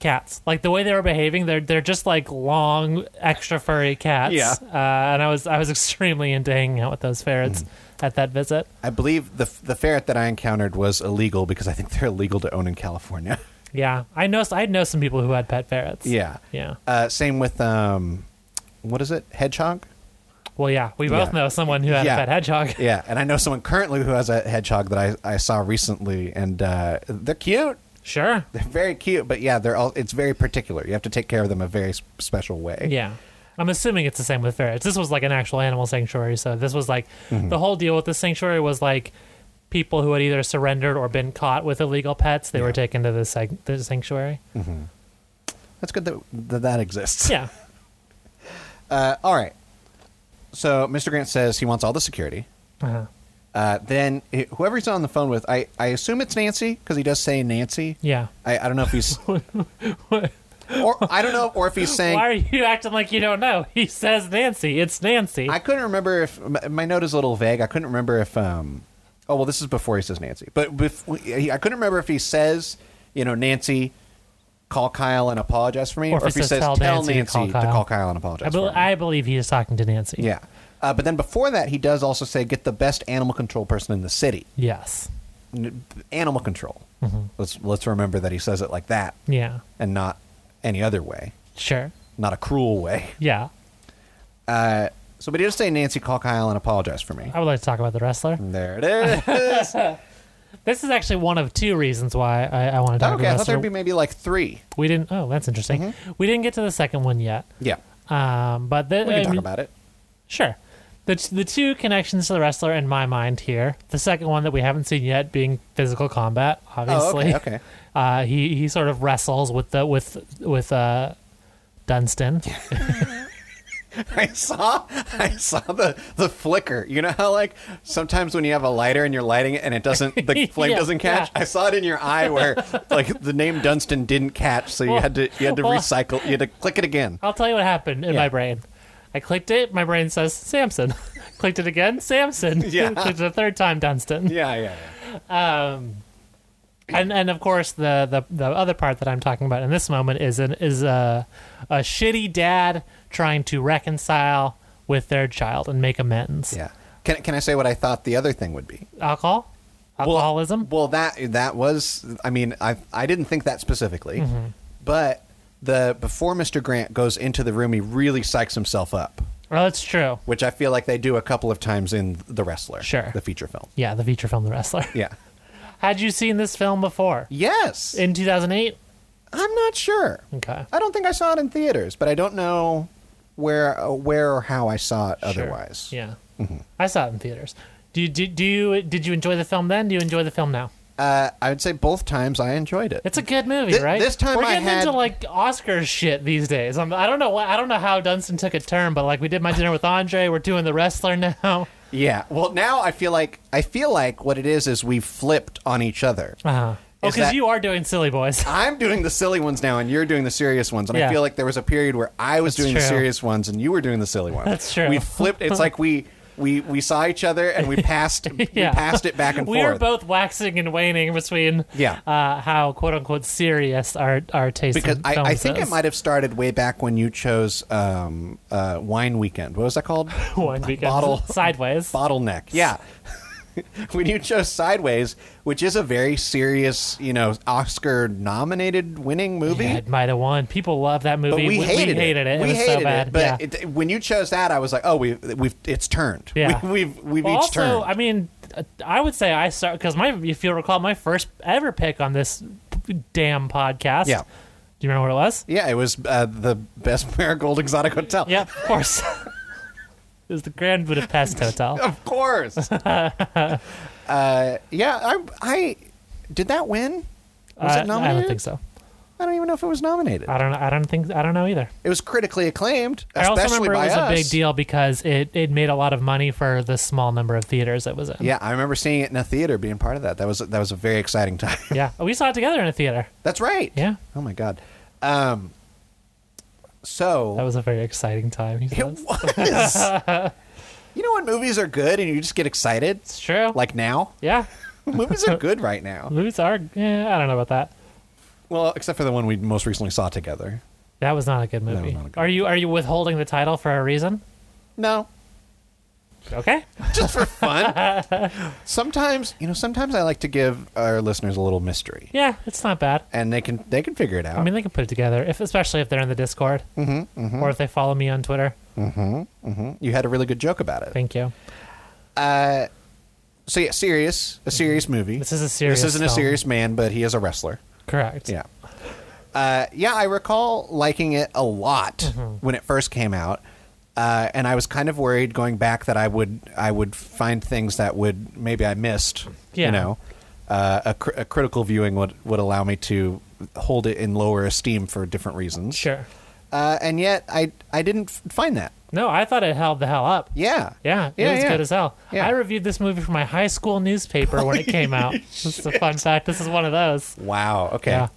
Speaker 1: cats. Like the way they were behaving, they're they're just like long, extra furry cats.
Speaker 2: Yeah.
Speaker 1: Uh, and I was I was extremely into hanging out with those ferrets
Speaker 2: Mm-hmm.
Speaker 1: at that visit.
Speaker 2: I believe the the ferret that I encountered was illegal because I think they're illegal to own in California.
Speaker 1: Yeah, I know I know some people who had pet ferrets.
Speaker 2: yeah.
Speaker 1: Yeah.
Speaker 2: Uh, same with um, what is it? Hedgehog.
Speaker 1: Well, yeah, we both
Speaker 2: Yeah.
Speaker 1: know someone who had
Speaker 2: Yeah.
Speaker 1: a pet hedgehog.
Speaker 2: Yeah, and I know someone currently who has a hedgehog that I, I saw recently, and uh, they're cute.
Speaker 1: Sure.
Speaker 2: They're very cute, but yeah, they're all. It's very particular. You have to take care of them a very s- special way.
Speaker 1: Yeah. I'm assuming it's the same with ferrets. This was like an actual animal sanctuary. So this was like
Speaker 2: Mm-hmm.
Speaker 1: the whole deal with the sanctuary was like people who had either surrendered or been caught with illegal pets, they were
Speaker 2: Yeah.
Speaker 1: taken to the, sag- the sanctuary.
Speaker 2: that's good that that, that exists.
Speaker 1: Yeah.
Speaker 2: Uh, all right. So Mr. Grant says he wants all the security.
Speaker 1: Uh-huh.
Speaker 2: Uh, then h- whoever he's on the phone with, I, I assume it's Nancy because he does say Nancy.
Speaker 1: Yeah.
Speaker 2: I, I don't know if he's. or I don't know, or if he's saying.
Speaker 1: Why are you acting like you don't know? He says Nancy. It's Nancy.
Speaker 2: I couldn't remember if my- my note is a little vague. I couldn't remember if um, oh well, this is before he says Nancy, but before, I couldn't remember if he says you know Nancy, call Kyle and apologize for me,
Speaker 1: Or if he says, "Tell Nancy to call
Speaker 2: to
Speaker 1: Kyle."
Speaker 2: call Kyle and
Speaker 1: I,
Speaker 2: apologize.
Speaker 1: bel
Speaker 2: for me.
Speaker 1: I believe he is talking to Nancy.
Speaker 2: yeah. Uh, but then before that, he does also say, "Get the best animal control person in the city."
Speaker 1: Yes.
Speaker 2: N- Animal control.
Speaker 1: Mm-hmm.
Speaker 2: Let's let's remember that he says it like that
Speaker 1: Yeah.
Speaker 2: and not any other way,
Speaker 1: Sure.
Speaker 2: not a cruel way.
Speaker 1: Yeah.
Speaker 2: Uh, So, but he does say, "Nancy, call Kyle and apologize for me."
Speaker 1: I would like to talk about the wrestler.
Speaker 2: And there it is.
Speaker 1: This is actually one of two reasons why I, I want to talk
Speaker 2: okay,
Speaker 1: about
Speaker 2: I
Speaker 1: the
Speaker 2: thought
Speaker 1: wrestler.
Speaker 2: there'd Mm-hmm. be maybe like three.
Speaker 1: We didn't. Oh, that's interesting. We didn't get to the second one yet.
Speaker 2: Yeah,
Speaker 1: Um, but the,
Speaker 2: we can talk about it.
Speaker 1: Sure. the the two connections to the wrestler in my mind here. The second one that we haven't seen yet being physical combat, obviously.
Speaker 2: Oh, okay. okay.
Speaker 1: Uh, he he sort of wrestles with the with with uh, Dunstan.
Speaker 2: I saw I saw the the flicker. You know how like sometimes when you have a lighter and you're lighting it and it doesn't the flame
Speaker 1: Yeah,
Speaker 2: doesn't catch.
Speaker 1: yeah.
Speaker 2: I saw it in your eye where like the name Dunstan didn't catch, so you
Speaker 1: Well,
Speaker 2: had to you had to
Speaker 1: well-
Speaker 2: recycle. You had to click it again.
Speaker 1: I'll tell you what happened in
Speaker 2: Yeah.
Speaker 1: my brain. I clicked it. My brain says Samson. clicked it again. Samson.
Speaker 2: Yeah.
Speaker 1: clicked it a third time. Dunstan.
Speaker 2: Yeah, yeah, yeah.
Speaker 1: and and of course the, the the other part that I'm talking about in this moment is an is a a shitty dad trying to reconcile with their child and make amends.
Speaker 2: Yeah. Can can I say what I thought the other thing would be?
Speaker 1: Alcohol,
Speaker 2: Well-
Speaker 1: alcoholism.
Speaker 2: Well, that that was. I mean, I I didn't think that specifically,
Speaker 1: Mm-hmm.
Speaker 2: but the before Mr. Grant goes into the room, he really psychs himself up,
Speaker 1: well, that's true.
Speaker 2: which I feel like they do a couple of times in The Wrestler,
Speaker 1: Sure.
Speaker 2: the feature film.
Speaker 1: Yeah, the feature film, The Wrestler.
Speaker 2: Yeah.
Speaker 1: Had you seen this film before
Speaker 2: Yes.
Speaker 1: in 2008?
Speaker 2: I'm not sure.
Speaker 1: Okay.
Speaker 2: I don't think I saw it in theaters, but I don't know where uh, where or how I saw it
Speaker 1: Sure.
Speaker 2: otherwise. Mm-hmm.
Speaker 1: Yeah. I saw it in theaters. Do you, do, do you did you enjoy the film then? Do you enjoy the film now?
Speaker 2: Uh, I would say both times I enjoyed it.
Speaker 1: It's a good movie,
Speaker 2: Thi-
Speaker 1: right?
Speaker 2: this time
Speaker 1: we're
Speaker 2: I
Speaker 1: getting
Speaker 2: had-
Speaker 1: into like Oscar shit these days. I'm, I don't know. why- I don't know how Dunstan took a turn, but like we did my dinner with Andre. We're doing the wrestler now.
Speaker 2: yeah. Well, now I feel like I feel like what it is is we flipped on each other.
Speaker 1: Uh-huh. Oh,
Speaker 2: Is
Speaker 1: because
Speaker 2: that-
Speaker 1: you are doing silly boys.
Speaker 2: I'm doing the silly ones now, and you're doing the serious ones. And
Speaker 1: Yeah.
Speaker 2: I feel like there was a period where I was
Speaker 1: That's
Speaker 2: doing the
Speaker 1: true.
Speaker 2: serious ones, and you were doing the silly ones.
Speaker 1: That's true.
Speaker 2: We flipped. It's like we we we saw each other, and we passed we
Speaker 1: Yeah.
Speaker 2: passed it back and
Speaker 1: We are
Speaker 2: forth.
Speaker 1: both waxing and waning between
Speaker 2: Yeah.
Speaker 1: uh, how quote unquote serious our our taste
Speaker 2: because
Speaker 1: in
Speaker 2: I,
Speaker 1: films
Speaker 2: I think
Speaker 1: is.
Speaker 2: it might have started way back when you chose um, uh, Wine Weekend. What was that called?
Speaker 1: one because
Speaker 2: bottle-
Speaker 1: sideways.
Speaker 2: Bottleneck. Yeah. when you chose Sideways, which is a very serious, you know, Oscar-nominated winning movie.
Speaker 1: Yeah, it might have won. People love that movie.
Speaker 2: but we, hated,
Speaker 1: hated it.
Speaker 2: We
Speaker 1: was
Speaker 2: hated
Speaker 1: so bad.
Speaker 2: it. But
Speaker 1: yeah.
Speaker 2: it, when you chose that, I was like, oh, we we've it's turned.
Speaker 1: Yeah.
Speaker 2: We, we've we've
Speaker 1: Well,
Speaker 2: each
Speaker 1: also,
Speaker 2: turned.
Speaker 1: I mean, uh, I would say I start because my if you recall my first ever pick on this damn podcast.
Speaker 2: Yeah.
Speaker 1: Do you remember what it was?
Speaker 2: yeah, it was uh, the best Marigold Exotic Hotel.
Speaker 1: Yeah, of course. it was the Grand Budapest Hotel.
Speaker 2: Of course. uh, yeah, I I did that win. Was
Speaker 1: Uh,
Speaker 2: it
Speaker 1: I
Speaker 2: nominated?
Speaker 1: don't think so.
Speaker 2: I don't even know if it was nominated.
Speaker 1: I don't. I don't think. I don't know either.
Speaker 2: It was critically acclaimed,
Speaker 1: I
Speaker 2: especially
Speaker 1: also remember it
Speaker 2: by
Speaker 1: was
Speaker 2: us.
Speaker 1: a big deal because it, it made a lot of money for the small number of theaters it was in.
Speaker 2: Yeah, I remember seeing it in a theater, being part of that. That was that was a very exciting time.
Speaker 1: yeah. We saw it together in a theater.
Speaker 2: That's right.
Speaker 1: Yeah.
Speaker 2: Oh my god. Um. So
Speaker 1: That was a very exciting time. he
Speaker 2: It
Speaker 1: says.
Speaker 2: was. you know when movies are good and you just get excited?
Speaker 1: It's true.
Speaker 2: Like now?
Speaker 1: yeah,
Speaker 2: movies are good right now.
Speaker 1: movies are. Yeah, I don't know about that.
Speaker 2: Well, except for the one we most recently saw together.
Speaker 1: That was not a good movie.
Speaker 2: not a good
Speaker 1: are you are you withholding the title for a reason?
Speaker 2: No.
Speaker 1: Okay.
Speaker 2: Just for fun. sometimes, you know, sometimes I like to give our listeners a little mystery.
Speaker 1: Yeah, it's not bad.
Speaker 2: And they can they can figure it out.
Speaker 1: I mean, they can put it together, if especially if they're in the Discord
Speaker 2: Mm-hmm,
Speaker 1: or if they follow me on Twitter.
Speaker 2: you had a really good joke about it. Uh,
Speaker 1: Thank you. Mm-hmm.
Speaker 2: So yeah, serious, a serious movie.
Speaker 1: This is a serious
Speaker 2: This isn't a
Speaker 1: film.
Speaker 2: serious man, but he is a wrestler.
Speaker 1: Correct.
Speaker 2: Yeah. Uh, yeah, I recall liking it a lot
Speaker 1: Mm-hmm.
Speaker 2: when it first came out, uh, and I was kind of worried going back that I would I would find things that would maybe I missed.
Speaker 1: Yeah.
Speaker 2: You know, uh, a, cr- a critical viewing would would allow me to hold it in lower esteem for different reasons.
Speaker 1: Sure.
Speaker 2: Uh, and yet, I I didn't f- find that.
Speaker 1: No, I thought it held the hell up.
Speaker 2: Yeah.
Speaker 1: Yeah, it was good as hell.
Speaker 2: Yeah.
Speaker 1: I reviewed this movie for my high school newspaper when it came out. This is a fun fact. This is one of those.
Speaker 2: Wow. Okay.
Speaker 1: Yeah.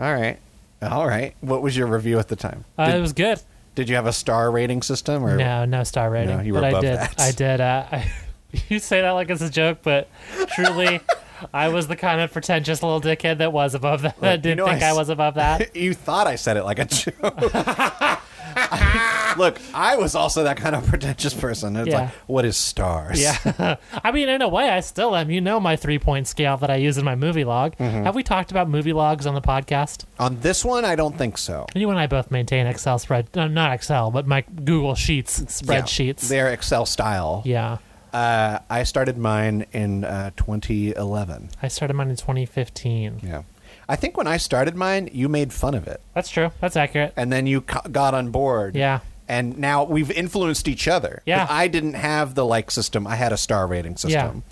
Speaker 2: All right. All right. What was your review at the time?
Speaker 1: Uh,
Speaker 2: did,
Speaker 1: it was good.
Speaker 2: did you have a star rating system or
Speaker 1: No, no star rating.
Speaker 2: No, you were
Speaker 1: but I
Speaker 2: above
Speaker 1: did.
Speaker 2: that.
Speaker 1: I did. Uh, I, you say that like it's a joke, but truly, I was the kind of pretentious little dickhead that was above that. that didn't
Speaker 2: know, I
Speaker 1: think I
Speaker 2: s-
Speaker 1: was above that.
Speaker 2: You thought I said it like a joke. Look, I was also that kind of pretentious person. It's
Speaker 1: Yeah.
Speaker 2: like, what is stars?
Speaker 1: Yeah. I mean, in a way, I still am. You know my three point scale that I use in my movie log.
Speaker 2: Mm-hmm.
Speaker 1: Have we talked about movie logs on the podcast?
Speaker 2: On this one, I don't think so.
Speaker 1: You and I both maintain Excel spread, no, not Excel, but my Google Sheets spreadsheets.
Speaker 2: They're Excel style.
Speaker 1: yeah.
Speaker 2: Uh, I started mine in uh, 2011.
Speaker 1: I started mine in 2015.
Speaker 2: Yeah. I think when I started mine, you made fun of it.
Speaker 1: That's true. That's accurate.
Speaker 2: And then you co- got on board.
Speaker 1: Yeah.
Speaker 2: and now we've influenced each other.
Speaker 1: Yeah.
Speaker 2: But I didn't have the like system. I had a star rating system,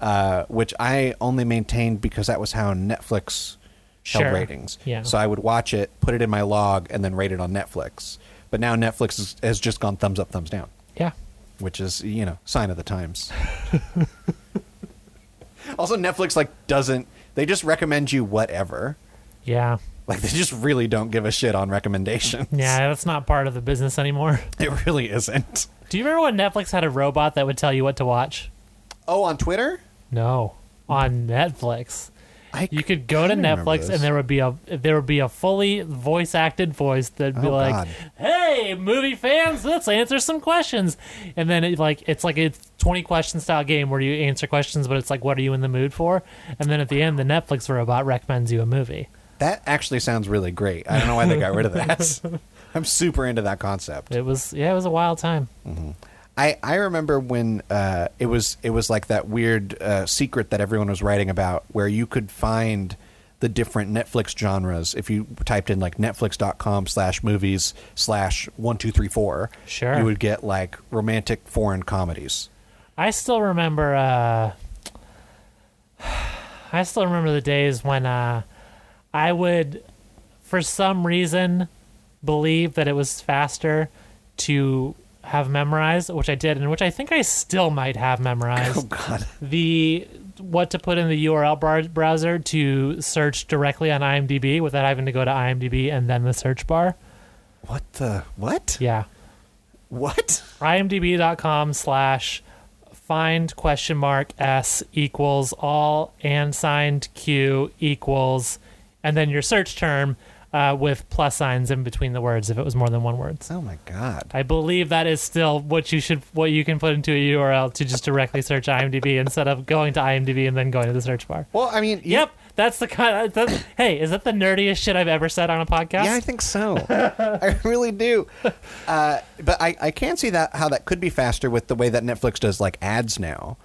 Speaker 2: uh, which I only maintained because that was how Netflix
Speaker 1: Sure.
Speaker 2: held ratings.
Speaker 1: Yeah.
Speaker 2: So I would watch it, put it in my log, and then rate it on Netflix. But now Netflix is, has just gone thumbs up, thumbs down,
Speaker 1: Yeah.
Speaker 2: which is you know sign of the times. also, Netflix like doesn't they just recommend you whatever.
Speaker 1: Yeah.
Speaker 2: Like they just really don't give a shit on recommendations.
Speaker 1: Yeah, that's not part of the business anymore.
Speaker 2: It really isn't.
Speaker 1: Do you remember when Netflix had a robot that would tell you what to watch?
Speaker 2: Oh, on Twitter?
Speaker 1: No. On Netflix.
Speaker 2: I
Speaker 1: You could go to
Speaker 2: kinda remember
Speaker 1: Netflix
Speaker 2: this.
Speaker 1: and there would be a there would be a fully voice acted voice that'd be
Speaker 2: Oh,
Speaker 1: like,
Speaker 2: God.
Speaker 1: "Hey, movie fans, let's answer some questions." And then it like it's like a 20 question style game where you answer questions, but it's like what are you in the mood for? And then at the end the Netflix robot recommends you a movie.
Speaker 2: That actually sounds really great. I don't know why they got rid of that. I'm super into that concept.
Speaker 1: It was yeah, it was a wild time.
Speaker 2: I, I remember when uh, it was it was like that weird uh, secret that everyone was writing about, where you could find the different Netflix genres if you typed in like netflix.com slash movies slash one two three four.
Speaker 1: Sure.
Speaker 2: you would get like romantic foreign comedies.
Speaker 1: I still remember. Uh, I still remember the days when uh, I would, for some reason, believe that it was faster to have memorized, which I did, and which I think I still might have memorized
Speaker 2: Oh God,
Speaker 1: the what to put in the URL bar- browser to search directly on IMDb without having to go to IMDb and then the search bar.
Speaker 2: what the what
Speaker 1: Yeah.
Speaker 2: what?
Speaker 1: imdb.com slash find question mark s equals all and signed q equals and then your search term uh, with plus signs in between the words if it was more than one word
Speaker 2: Oh my God.
Speaker 1: i believe that is still what you should what you can put into a url to just directly search imdb instead of going to imdb and then going to the search bar
Speaker 2: Well, I mean, you-
Speaker 1: yep that's the kind that's, hey is that the nerdiest shit i've ever said on a podcast
Speaker 2: Yeah, I think so. I really do. Uh, but I, I can see that how that could be faster with the way that Netflix does like ads now.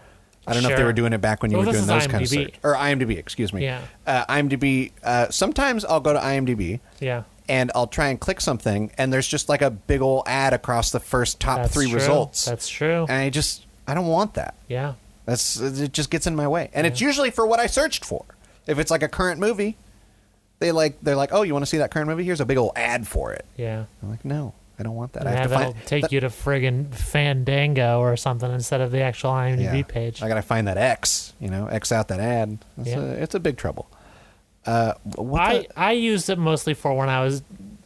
Speaker 2: I don't know if they
Speaker 1: Sure.
Speaker 2: were doing it back when you
Speaker 1: Well,
Speaker 2: were
Speaker 1: this
Speaker 2: doing
Speaker 1: is
Speaker 2: those kinds of
Speaker 1: IMDb.
Speaker 2: search. or IMDb, excuse me.
Speaker 1: Yeah.
Speaker 2: Uh, IMDb. Uh, sometimes I'll go to IMDb
Speaker 1: yeah
Speaker 2: and I'll try and click something, and there's just like a big old ad across the first top
Speaker 1: that's
Speaker 2: three
Speaker 1: true.
Speaker 2: results.
Speaker 1: that's true
Speaker 2: and I just I don't want that.
Speaker 1: yeah
Speaker 2: That's it. Just gets in my way, and it's usually for what I searched for. If it's like a current movie, they like they're like, oh, you want to see that current movie? Here's a big old ad for it.
Speaker 1: yeah
Speaker 2: I'm like, no, I don't want that. I
Speaker 1: Yeah,
Speaker 2: have to
Speaker 1: that'll
Speaker 2: find
Speaker 1: take you to friggin' Fandango or something instead of the actual IMDb
Speaker 2: yeah.
Speaker 1: page.
Speaker 2: I gotta find that X. You know, X out that ad. It's,
Speaker 1: Yeah.
Speaker 2: a, it's a big trouble. Uh, what
Speaker 1: I,
Speaker 2: the-
Speaker 1: I used it mostly for when I was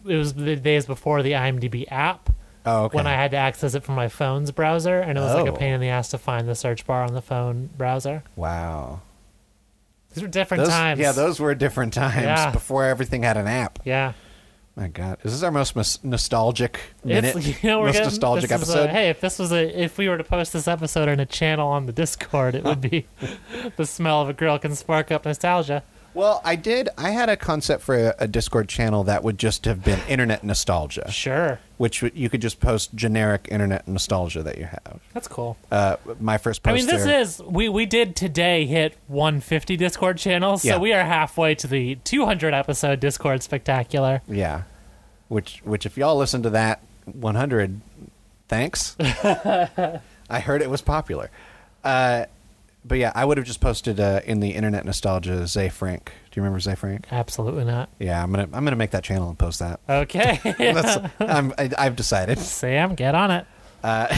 Speaker 1: it was the days before the IMDb app
Speaker 2: oh, okay.
Speaker 1: when I had to access it from my phone's browser, and it was like a
Speaker 2: Oh.
Speaker 1: pain in the ass to find the search bar on the phone browser.
Speaker 2: wow.
Speaker 1: These were different
Speaker 2: Those,
Speaker 1: times.
Speaker 2: Yeah, those were different times
Speaker 1: Yeah.
Speaker 2: before everything had an app.
Speaker 1: Yeah,
Speaker 2: My God, is this our most mis- nostalgic minute?
Speaker 1: it's you know we're
Speaker 2: most
Speaker 1: getting,
Speaker 2: nostalgic
Speaker 1: this is a-
Speaker 2: episode.
Speaker 1: hey, if this was a if we were to post this episode in a channel on the Discord, it would be the smell of a grill can spark up nostalgia.
Speaker 2: Well, I did. I had a concept for a, a Discord channel that would just have been internet nostalgia,
Speaker 1: Sure,
Speaker 2: which would- you could just post generic internet nostalgia that you have.
Speaker 1: that's cool.
Speaker 2: Uh, my first
Speaker 1: I
Speaker 2: poster.
Speaker 1: mean, this is we we did today hit 150 Discord channels, so
Speaker 2: Yeah.
Speaker 1: we are halfway to the 200 episode Discord spectacular.
Speaker 2: Yeah. Which which if y'all listen to that 100, thanks. I heard it was popular. Uh, but yeah, I would have just posted uh, in the internet nostalgia Zay Frank. Do you remember Zay Frank?
Speaker 1: Absolutely not.
Speaker 2: Yeah, I'm gonna I'm gonna make that channel and post that.
Speaker 1: Okay,
Speaker 2: That's, I'm, I, I've decided.
Speaker 1: Sam, get on it.
Speaker 2: Uh,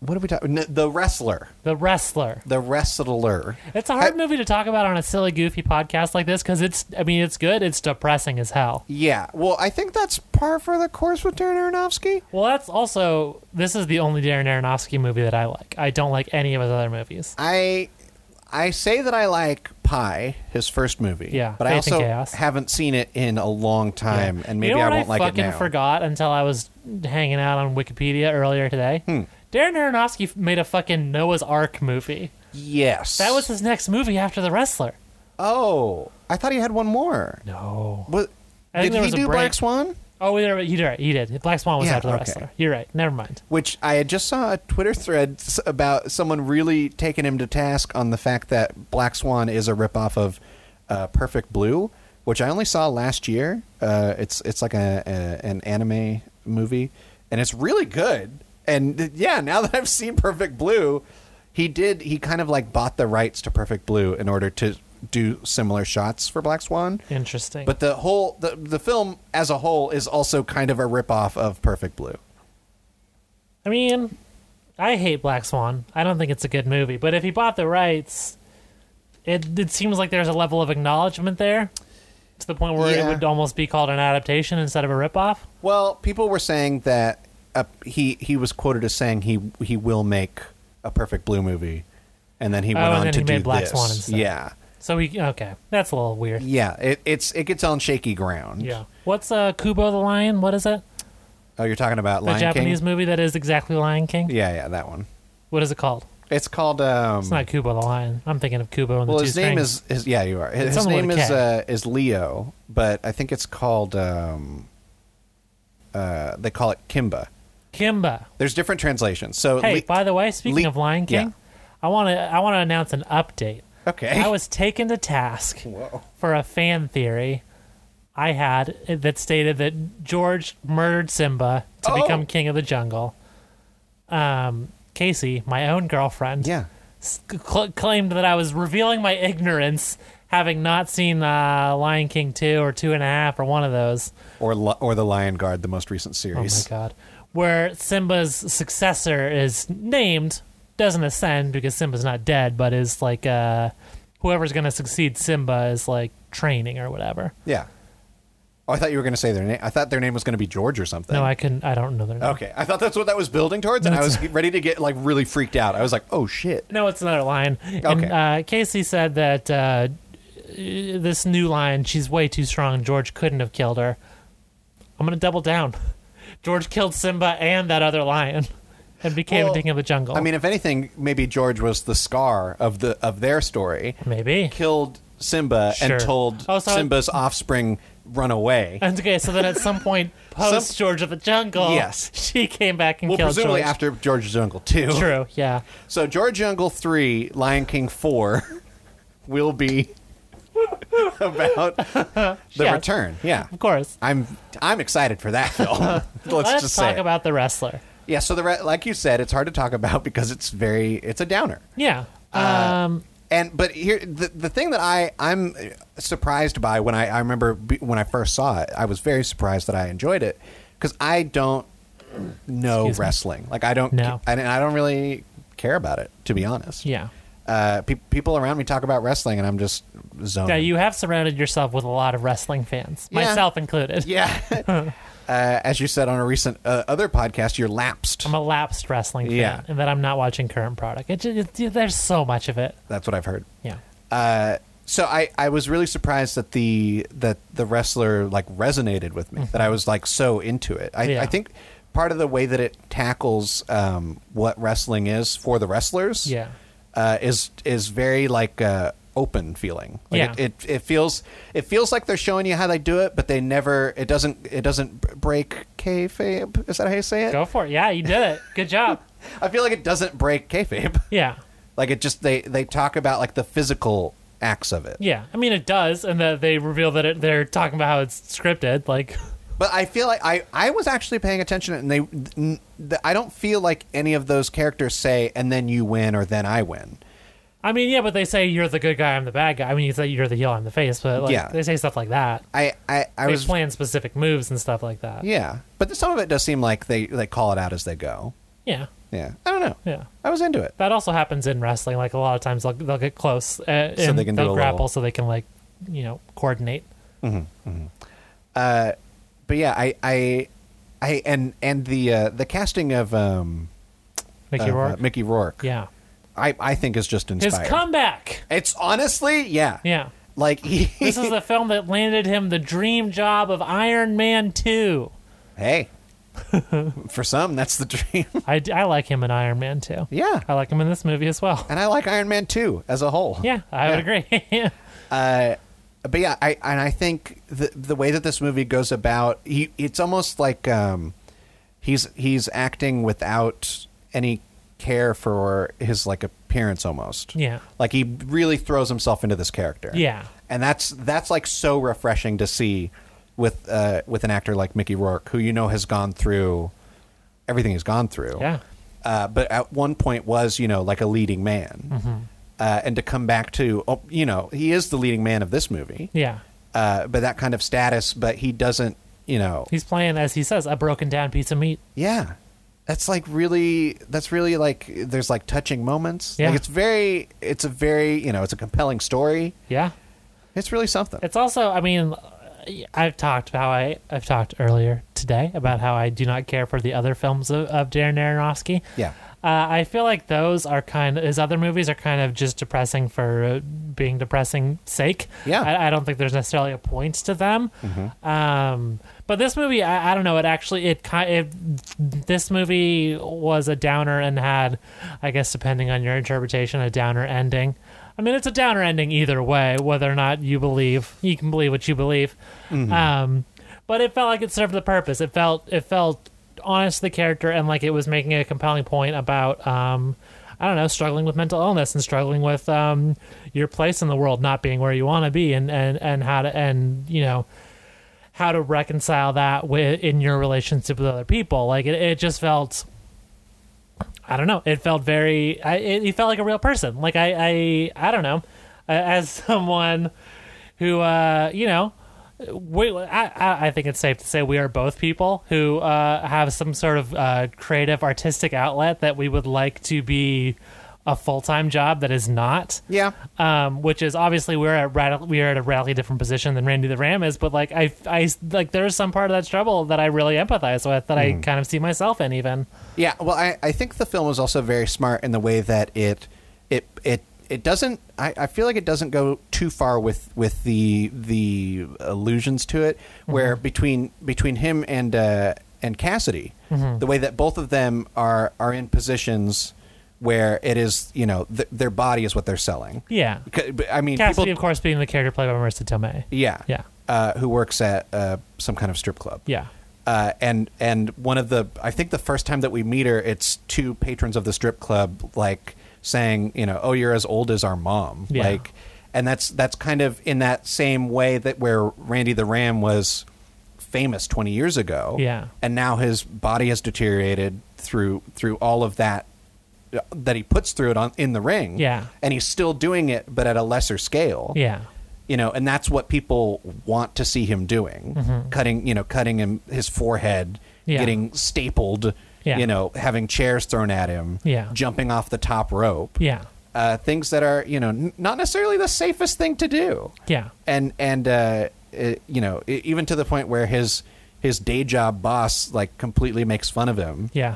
Speaker 2: what are we talking? N- the wrestler,
Speaker 1: The Wrestler.
Speaker 2: the wrestler.
Speaker 1: It's a hard
Speaker 2: I-
Speaker 1: movie to talk about on a silly, goofy podcast like this because it's. I mean, it's good. It's depressing as hell.
Speaker 2: Yeah. Well, I think that's par for the course with Darren Aronofsky.
Speaker 1: Well, that's also this is the only Darren Aronofsky movie that I like. I don't like any of his other movies.
Speaker 2: I I say that I like Pie, his first movie.
Speaker 1: Yeah,
Speaker 2: but I
Speaker 1: Faith and
Speaker 2: also
Speaker 1: Chaos.
Speaker 2: haven't seen it in a long time, and maybe
Speaker 1: you know
Speaker 2: I
Speaker 1: what
Speaker 2: won't
Speaker 1: I
Speaker 2: like it
Speaker 1: fucking
Speaker 2: now.
Speaker 1: forgot until I was hanging out on Wikipedia earlier today.
Speaker 2: Hmm.
Speaker 1: Darren Aronofsky f- made a fucking Noah's Ark movie.
Speaker 2: Yes,
Speaker 1: That was his next movie after The Wrestler.
Speaker 2: Oh, I thought he had one more.
Speaker 1: No.
Speaker 2: What?
Speaker 1: I think
Speaker 2: Did
Speaker 1: there
Speaker 2: he
Speaker 1: was a
Speaker 2: do
Speaker 1: break.
Speaker 2: Black Swan?
Speaker 1: Oh, you're right. You're right. He did. Black Swan was
Speaker 2: Yeah,
Speaker 1: after The
Speaker 2: okay.
Speaker 1: Wrestler. You're right. Never mind.
Speaker 2: Which I had just saw a Twitter thread s- about someone really taking him to task on the fact that Black Swan is a ripoff of uh, Perfect Blue, which I only saw last year. Uh, it's it's like a, a an anime movie, and it's really good. And th- yeah, now that I've seen Perfect Blue, he did he kind of like bought the rights to Perfect Blue in order to do similar shots for Black Swan.
Speaker 1: Interesting.
Speaker 2: But the whole the the film as a whole is also kind of a ripoff of Perfect Blue.
Speaker 1: I mean, I hate Black Swan. I don't think it's a good movie. But if he bought the rights, it it seems like there's a level of acknowledgement there, to the point where
Speaker 2: Yeah.
Speaker 1: it would almost be called an adaptation instead of a ripoff.
Speaker 2: Well, people were saying that uh, he he was quoted as saying he he will make a Perfect Blue movie, and then he
Speaker 1: Oh,
Speaker 2: went
Speaker 1: and
Speaker 2: on
Speaker 1: then
Speaker 2: to
Speaker 1: he
Speaker 2: do
Speaker 1: made Black
Speaker 2: this.
Speaker 1: Swan instead.
Speaker 2: Yeah,
Speaker 1: So we okay, that's a little weird.
Speaker 2: yeah. It, it's it gets on shaky ground.
Speaker 1: Yeah. What's uh Kubo the Lion? What is it?
Speaker 2: Oh, you're talking about
Speaker 1: The
Speaker 2: Lion
Speaker 1: Japanese
Speaker 2: King.
Speaker 1: movie that is exactly Lion King.
Speaker 2: Yeah, yeah, that one.
Speaker 1: What is it called?
Speaker 2: It's called. Um,
Speaker 1: It's not Kubo the Lion. I'm thinking of Kubo and
Speaker 2: well,
Speaker 1: the Two
Speaker 2: his name
Speaker 1: Strings.
Speaker 2: is, is yeah, you are. His, his
Speaker 1: someone
Speaker 2: name
Speaker 1: with a
Speaker 2: is
Speaker 1: K.
Speaker 2: uh, is Leo, but I think it's called. Um, uh, they call it Kimba.
Speaker 1: Kimba.
Speaker 2: There's different translations. So
Speaker 1: Hey,
Speaker 2: Le-
Speaker 1: by the way, speaking
Speaker 2: Le-
Speaker 1: of Lion King,
Speaker 2: yeah.
Speaker 1: I want to I want to announce an update.
Speaker 2: okay,
Speaker 1: I was taken to task
Speaker 2: Whoa.
Speaker 1: for a fan theory I had that stated that George murdered Simba to
Speaker 2: Oh.
Speaker 1: become king of the jungle. Um, Casey, my own girlfriend,
Speaker 2: yeah.
Speaker 1: s- cl- claimed that I was revealing my ignorance, having not seen uh, Lion King two or two and a half or one of those.
Speaker 2: Or, Li- or the Lion Guard, the most recent
Speaker 1: Oh my
Speaker 2: series.
Speaker 1: god. Where Simba's successor is named, doesn't ascend because Simba's not dead, but is like uh whoever's gonna succeed Simba is like training or whatever.
Speaker 2: Yeah. Oh, I thought you were going to say their name. I thought their name was going to be George or something.
Speaker 1: No, I couldn't I don't know their name.
Speaker 2: Okay, I thought that's what that was building towards, and I was ready to get like really freaked out. I was like, "Oh shit!"
Speaker 1: No, it's another lion. And
Speaker 2: Okay.
Speaker 1: uh Casey said that uh this new lion, she's way too strong. George couldn't have killed her. I'm gonna double down. George killed Simba and that other lion and became
Speaker 2: Well,
Speaker 1: king of the jungle.
Speaker 2: I mean, if anything, maybe George was the scar of the of their story.
Speaker 1: maybe.
Speaker 2: Killed Simba
Speaker 1: Sure.
Speaker 2: and told
Speaker 1: Oh, so-
Speaker 2: Simba's offspring run away.
Speaker 1: And okay, so then at some point post George of the Jungle,
Speaker 2: Yes.
Speaker 1: she came back and
Speaker 2: well,
Speaker 1: killed
Speaker 2: presumably
Speaker 1: George.
Speaker 2: after George's Jungle Two.
Speaker 1: True, yeah.
Speaker 2: So George Jungle Three, Lion King Four, will be about the
Speaker 1: Yes.
Speaker 2: return. Yeah.
Speaker 1: Of course.
Speaker 2: I'm I'm excited for that film. Let's,
Speaker 1: Let's,
Speaker 2: just say
Speaker 1: talk
Speaker 2: it.
Speaker 1: about the wrestler.
Speaker 2: yeah. So the re- like you said, it's hard to talk about because it's very it's a downer.
Speaker 1: Yeah.
Speaker 2: Uh,
Speaker 1: um
Speaker 2: And but here the the thing that I I'm surprised by when I I remember b- when I first saw it, I was very surprised that I enjoyed it because I don't know
Speaker 1: Excuse me.
Speaker 2: wrestling. Like I don't
Speaker 1: No.
Speaker 2: I, I don't really care about it to be honest.
Speaker 1: yeah.
Speaker 2: Uh, pe- people around me talk about wrestling and I'm just zoned.
Speaker 1: Now you have surrounded yourself with a lot of wrestling fans,
Speaker 2: Yeah.
Speaker 1: myself included.
Speaker 2: yeah. uh, as you said on a recent uh, other podcast, you're lapsed.
Speaker 1: I'm a lapsed wrestling fan,
Speaker 2: Yeah.
Speaker 1: and that I'm not watching current product. It just, it, there's so much of it.
Speaker 2: That's what I've heard.
Speaker 1: Yeah.
Speaker 2: Uh, so I, I was really surprised that the that the wrestler like resonated with me that I was like so into it. I,
Speaker 1: Yeah.
Speaker 2: I think part of the way that it tackles um, what wrestling is for the wrestlers
Speaker 1: Yeah.
Speaker 2: uh, is is very like uh, open feeling. Like
Speaker 1: Yeah.
Speaker 2: it, it it feels it feels like they're showing you how they do it, but they never it doesn't it doesn't b- break kayfabe. Is that how you say it?
Speaker 1: Go for it. Yeah, you did it. Good job.
Speaker 2: I feel like it doesn't break kayfabe.
Speaker 1: Yeah.
Speaker 2: Like it just they they talk about like the physical acts of it.
Speaker 1: Yeah. I mean, it does, and that they reveal that it, they're talking about how it's scripted. Like,
Speaker 2: But I feel like I, I was actually paying attention, and they n- th- I don't feel like any of those characters say "and then you win" or "then I win."
Speaker 1: I mean, yeah, but they say you're the good guy, I'm the bad guy. I mean, you say you're the heel, I'm the face, but like,
Speaker 2: Yeah.
Speaker 1: they say stuff like that.
Speaker 2: I I, I
Speaker 1: They
Speaker 2: was
Speaker 1: plan specific moves and stuff like that.
Speaker 2: yeah, but some of it does seem like they they call it out as they go.
Speaker 1: yeah,
Speaker 2: Yeah, I don't know.
Speaker 1: yeah.
Speaker 2: I was into it.
Speaker 1: That also happens in wrestling. Like a lot of times, they'll, they'll get close uh, and
Speaker 2: So they
Speaker 1: they
Speaker 2: can do
Speaker 1: will
Speaker 2: a
Speaker 1: grapple,
Speaker 2: little-
Speaker 1: so they can like you know coordinate.
Speaker 2: But yeah, I I, I and and the uh, the casting of um
Speaker 1: Mickey
Speaker 2: of, uh,
Speaker 1: Rourke.
Speaker 2: Mickey Rourke,
Speaker 1: yeah,
Speaker 2: I I think is just
Speaker 1: his
Speaker 2: inspired.
Speaker 1: comeback.
Speaker 2: it's honestly yeah
Speaker 1: Yeah,
Speaker 2: like he,
Speaker 1: this is the film that landed him the dream job of Iron Man Two.
Speaker 2: hey for some that's the dream
Speaker 1: I, d- I like him in Iron Man Two.
Speaker 2: yeah
Speaker 1: I like him in this movie as well.
Speaker 2: and I like Iron Man two as a whole
Speaker 1: Yeah, I would agree. yeah.
Speaker 2: Uh, but yeah, I and I think the the way that this movie goes about, he it's almost like um, he's he's acting without any care for his like appearance almost.
Speaker 1: Yeah.
Speaker 2: Like he really throws himself into this character.
Speaker 1: Yeah.
Speaker 2: and that's that's like so refreshing to see with uh, with an actor like Mickey Rourke, who you know has gone through everything he's gone through.
Speaker 1: Yeah.
Speaker 2: Uh, but at one point was you know like a leading man,
Speaker 1: Mm-hmm.
Speaker 2: uh, and to come back to oh, you know he is the leading man of this movie.
Speaker 1: Yeah.
Speaker 2: Uh, but that kind of status, but he doesn't you know
Speaker 1: He's playing, as he says, a broken down piece of meat.
Speaker 2: yeah. That's like really that's really like there's like touching moments.
Speaker 1: Yeah.
Speaker 2: Like it's very it's a very, you know, it's a compelling story.
Speaker 1: Yeah.
Speaker 2: It's really something.
Speaker 1: It's also, I mean, I've talked how I I've talked earlier today about how I do not care for the other films of, of Darren Aronofsky.
Speaker 2: yeah.
Speaker 1: Uh, I feel like those are kind of his other movies are kind of just depressing for uh, being depressing sake.
Speaker 2: Yeah.
Speaker 1: I, I don't think there's necessarily a point to them. Um, but this movie, I, I don't know. It actually it kind it, this movie was a downer and had, I guess, depending on your interpretation, a downer ending. I mean, it's a downer ending either way, whether or not you believe you can believe what you believe. Um, but it felt like it served the purpose. It felt it felt honest to the character and like it was making a compelling point about um, I don't know struggling with mental illness and struggling with um, your place in the world not being where you want to be and, and and how to and you know how to reconcile that with in your relationship with other people. Like it, it just felt. I don't know. It felt very. I, it, he felt like a real person. Like I, I, I don't know. Uh, As someone who, uh, you know, we, I, I- I think it's safe to say we are both people who uh, have some sort of uh, creative, artistic outlet that we would like to be a full time job that is not
Speaker 2: Yeah.
Speaker 1: um, which is obviously we're at radical, we are at a radically different position than Randy the Ram is, but like I, I like there's some part of that struggle that I really empathize with that I kind of see myself in even.
Speaker 2: Yeah, well, I, I think the film is also very smart in the way that it it it it doesn't. I, I feel like it doesn't go too far with with the the allusions to it,
Speaker 1: Mm-hmm.
Speaker 2: where between between him and uh, and Cassidy,
Speaker 1: Mm-hmm.
Speaker 2: the way that both of them are are in positions where it is you know th- their body is what they're selling.
Speaker 1: Yeah,
Speaker 2: C- but, I mean,
Speaker 1: Cassidy,
Speaker 2: people,
Speaker 1: of course, being the character played by Marissa Tomei.
Speaker 2: yeah,
Speaker 1: Yeah.
Speaker 2: uh, who works at uh, some kind of strip club,
Speaker 1: Yeah,
Speaker 2: uh, and and one of the I think the first time that we meet her, it's two patrons of the strip club like saying, you know, oh, you're as old as our mom,
Speaker 1: Yeah.
Speaker 2: like, and that's that's kind of in that same way that where Randy the Ram was famous 20 years ago,
Speaker 1: Yeah.
Speaker 2: and now his body has deteriorated through through all of that uh, that he puts through it on in the ring,
Speaker 1: Yeah.
Speaker 2: and he's still doing it, but at a lesser scale,
Speaker 1: yeah,
Speaker 2: you know, and that's what people want to see him doing. Cutting, you know, cutting him his forehead,
Speaker 1: Mm-hmm. Yeah.
Speaker 2: getting stapled,
Speaker 1: Yeah.
Speaker 2: you know, having chairs thrown at him,
Speaker 1: Yeah.
Speaker 2: jumping off the top rope.
Speaker 1: yeah,
Speaker 2: Uh, things that are, you know, n- not necessarily the safest thing to do.
Speaker 1: yeah,
Speaker 2: And and uh, it, you know, e- even to the point where his his day job boss like completely makes fun of him.
Speaker 1: yeah.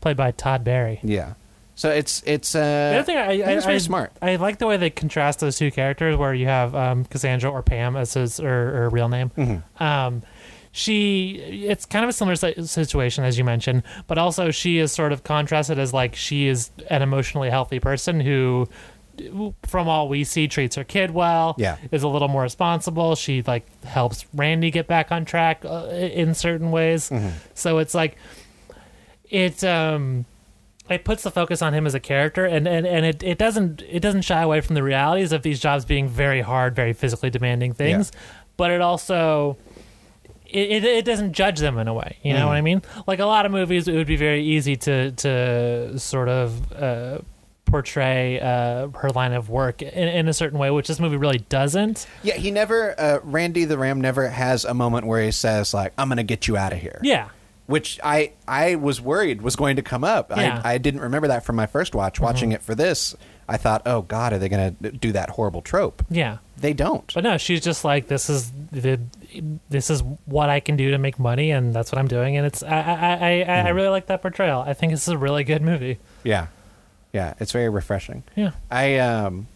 Speaker 1: Played by Todd Barry.
Speaker 2: Yeah. So it's it's uh
Speaker 1: The other thing I,
Speaker 2: think
Speaker 1: I,
Speaker 2: it's very
Speaker 1: I-
Speaker 2: smart.
Speaker 1: I like the way they contrast those two characters, where you have um, Cassandra or Pam as his or her real name.
Speaker 2: Mm-hmm.
Speaker 1: Um, she, it's kind of a similar si- situation as you mentioned, but also she is sort of contrasted as like she is an emotionally healthy person who, from all we see, treats her kid well.
Speaker 2: Yeah.
Speaker 1: is a little more responsible. She like helps Randy get back on track uh, in certain ways.
Speaker 2: Mm-hmm.
Speaker 1: So it's like it um it puts the focus on him as a character and, and, and it, it doesn't it doesn't shy away from the realities of these jobs being very hard, very physically demanding things. But it also it, it, it doesn't judge them in a way. You know what I mean? Like a lot of movies, it would be very easy to to sort of uh, portray uh, her line of work in, in a certain way, which this movie really doesn't.
Speaker 2: Yeah, he never uh, Randy the Ram never has a moment where he says like I'm going to get you out of here.
Speaker 1: Yeah,
Speaker 2: which I I was worried was going to come up.
Speaker 1: Yeah. Mm-hmm.
Speaker 2: I, I didn't remember that from my first watch. Watching it for this, I thought, oh God, are they going to do that horrible trope?
Speaker 1: yeah.
Speaker 2: They don't.
Speaker 1: But no, she's just like this is the this is what I can do to make money, and that's what I'm doing. And it's I I I, I
Speaker 2: Hmm.
Speaker 1: I really like that portrayal. I think this is a really good movie.
Speaker 2: yeah, yeah, it's very refreshing.
Speaker 1: Yeah.
Speaker 2: I um,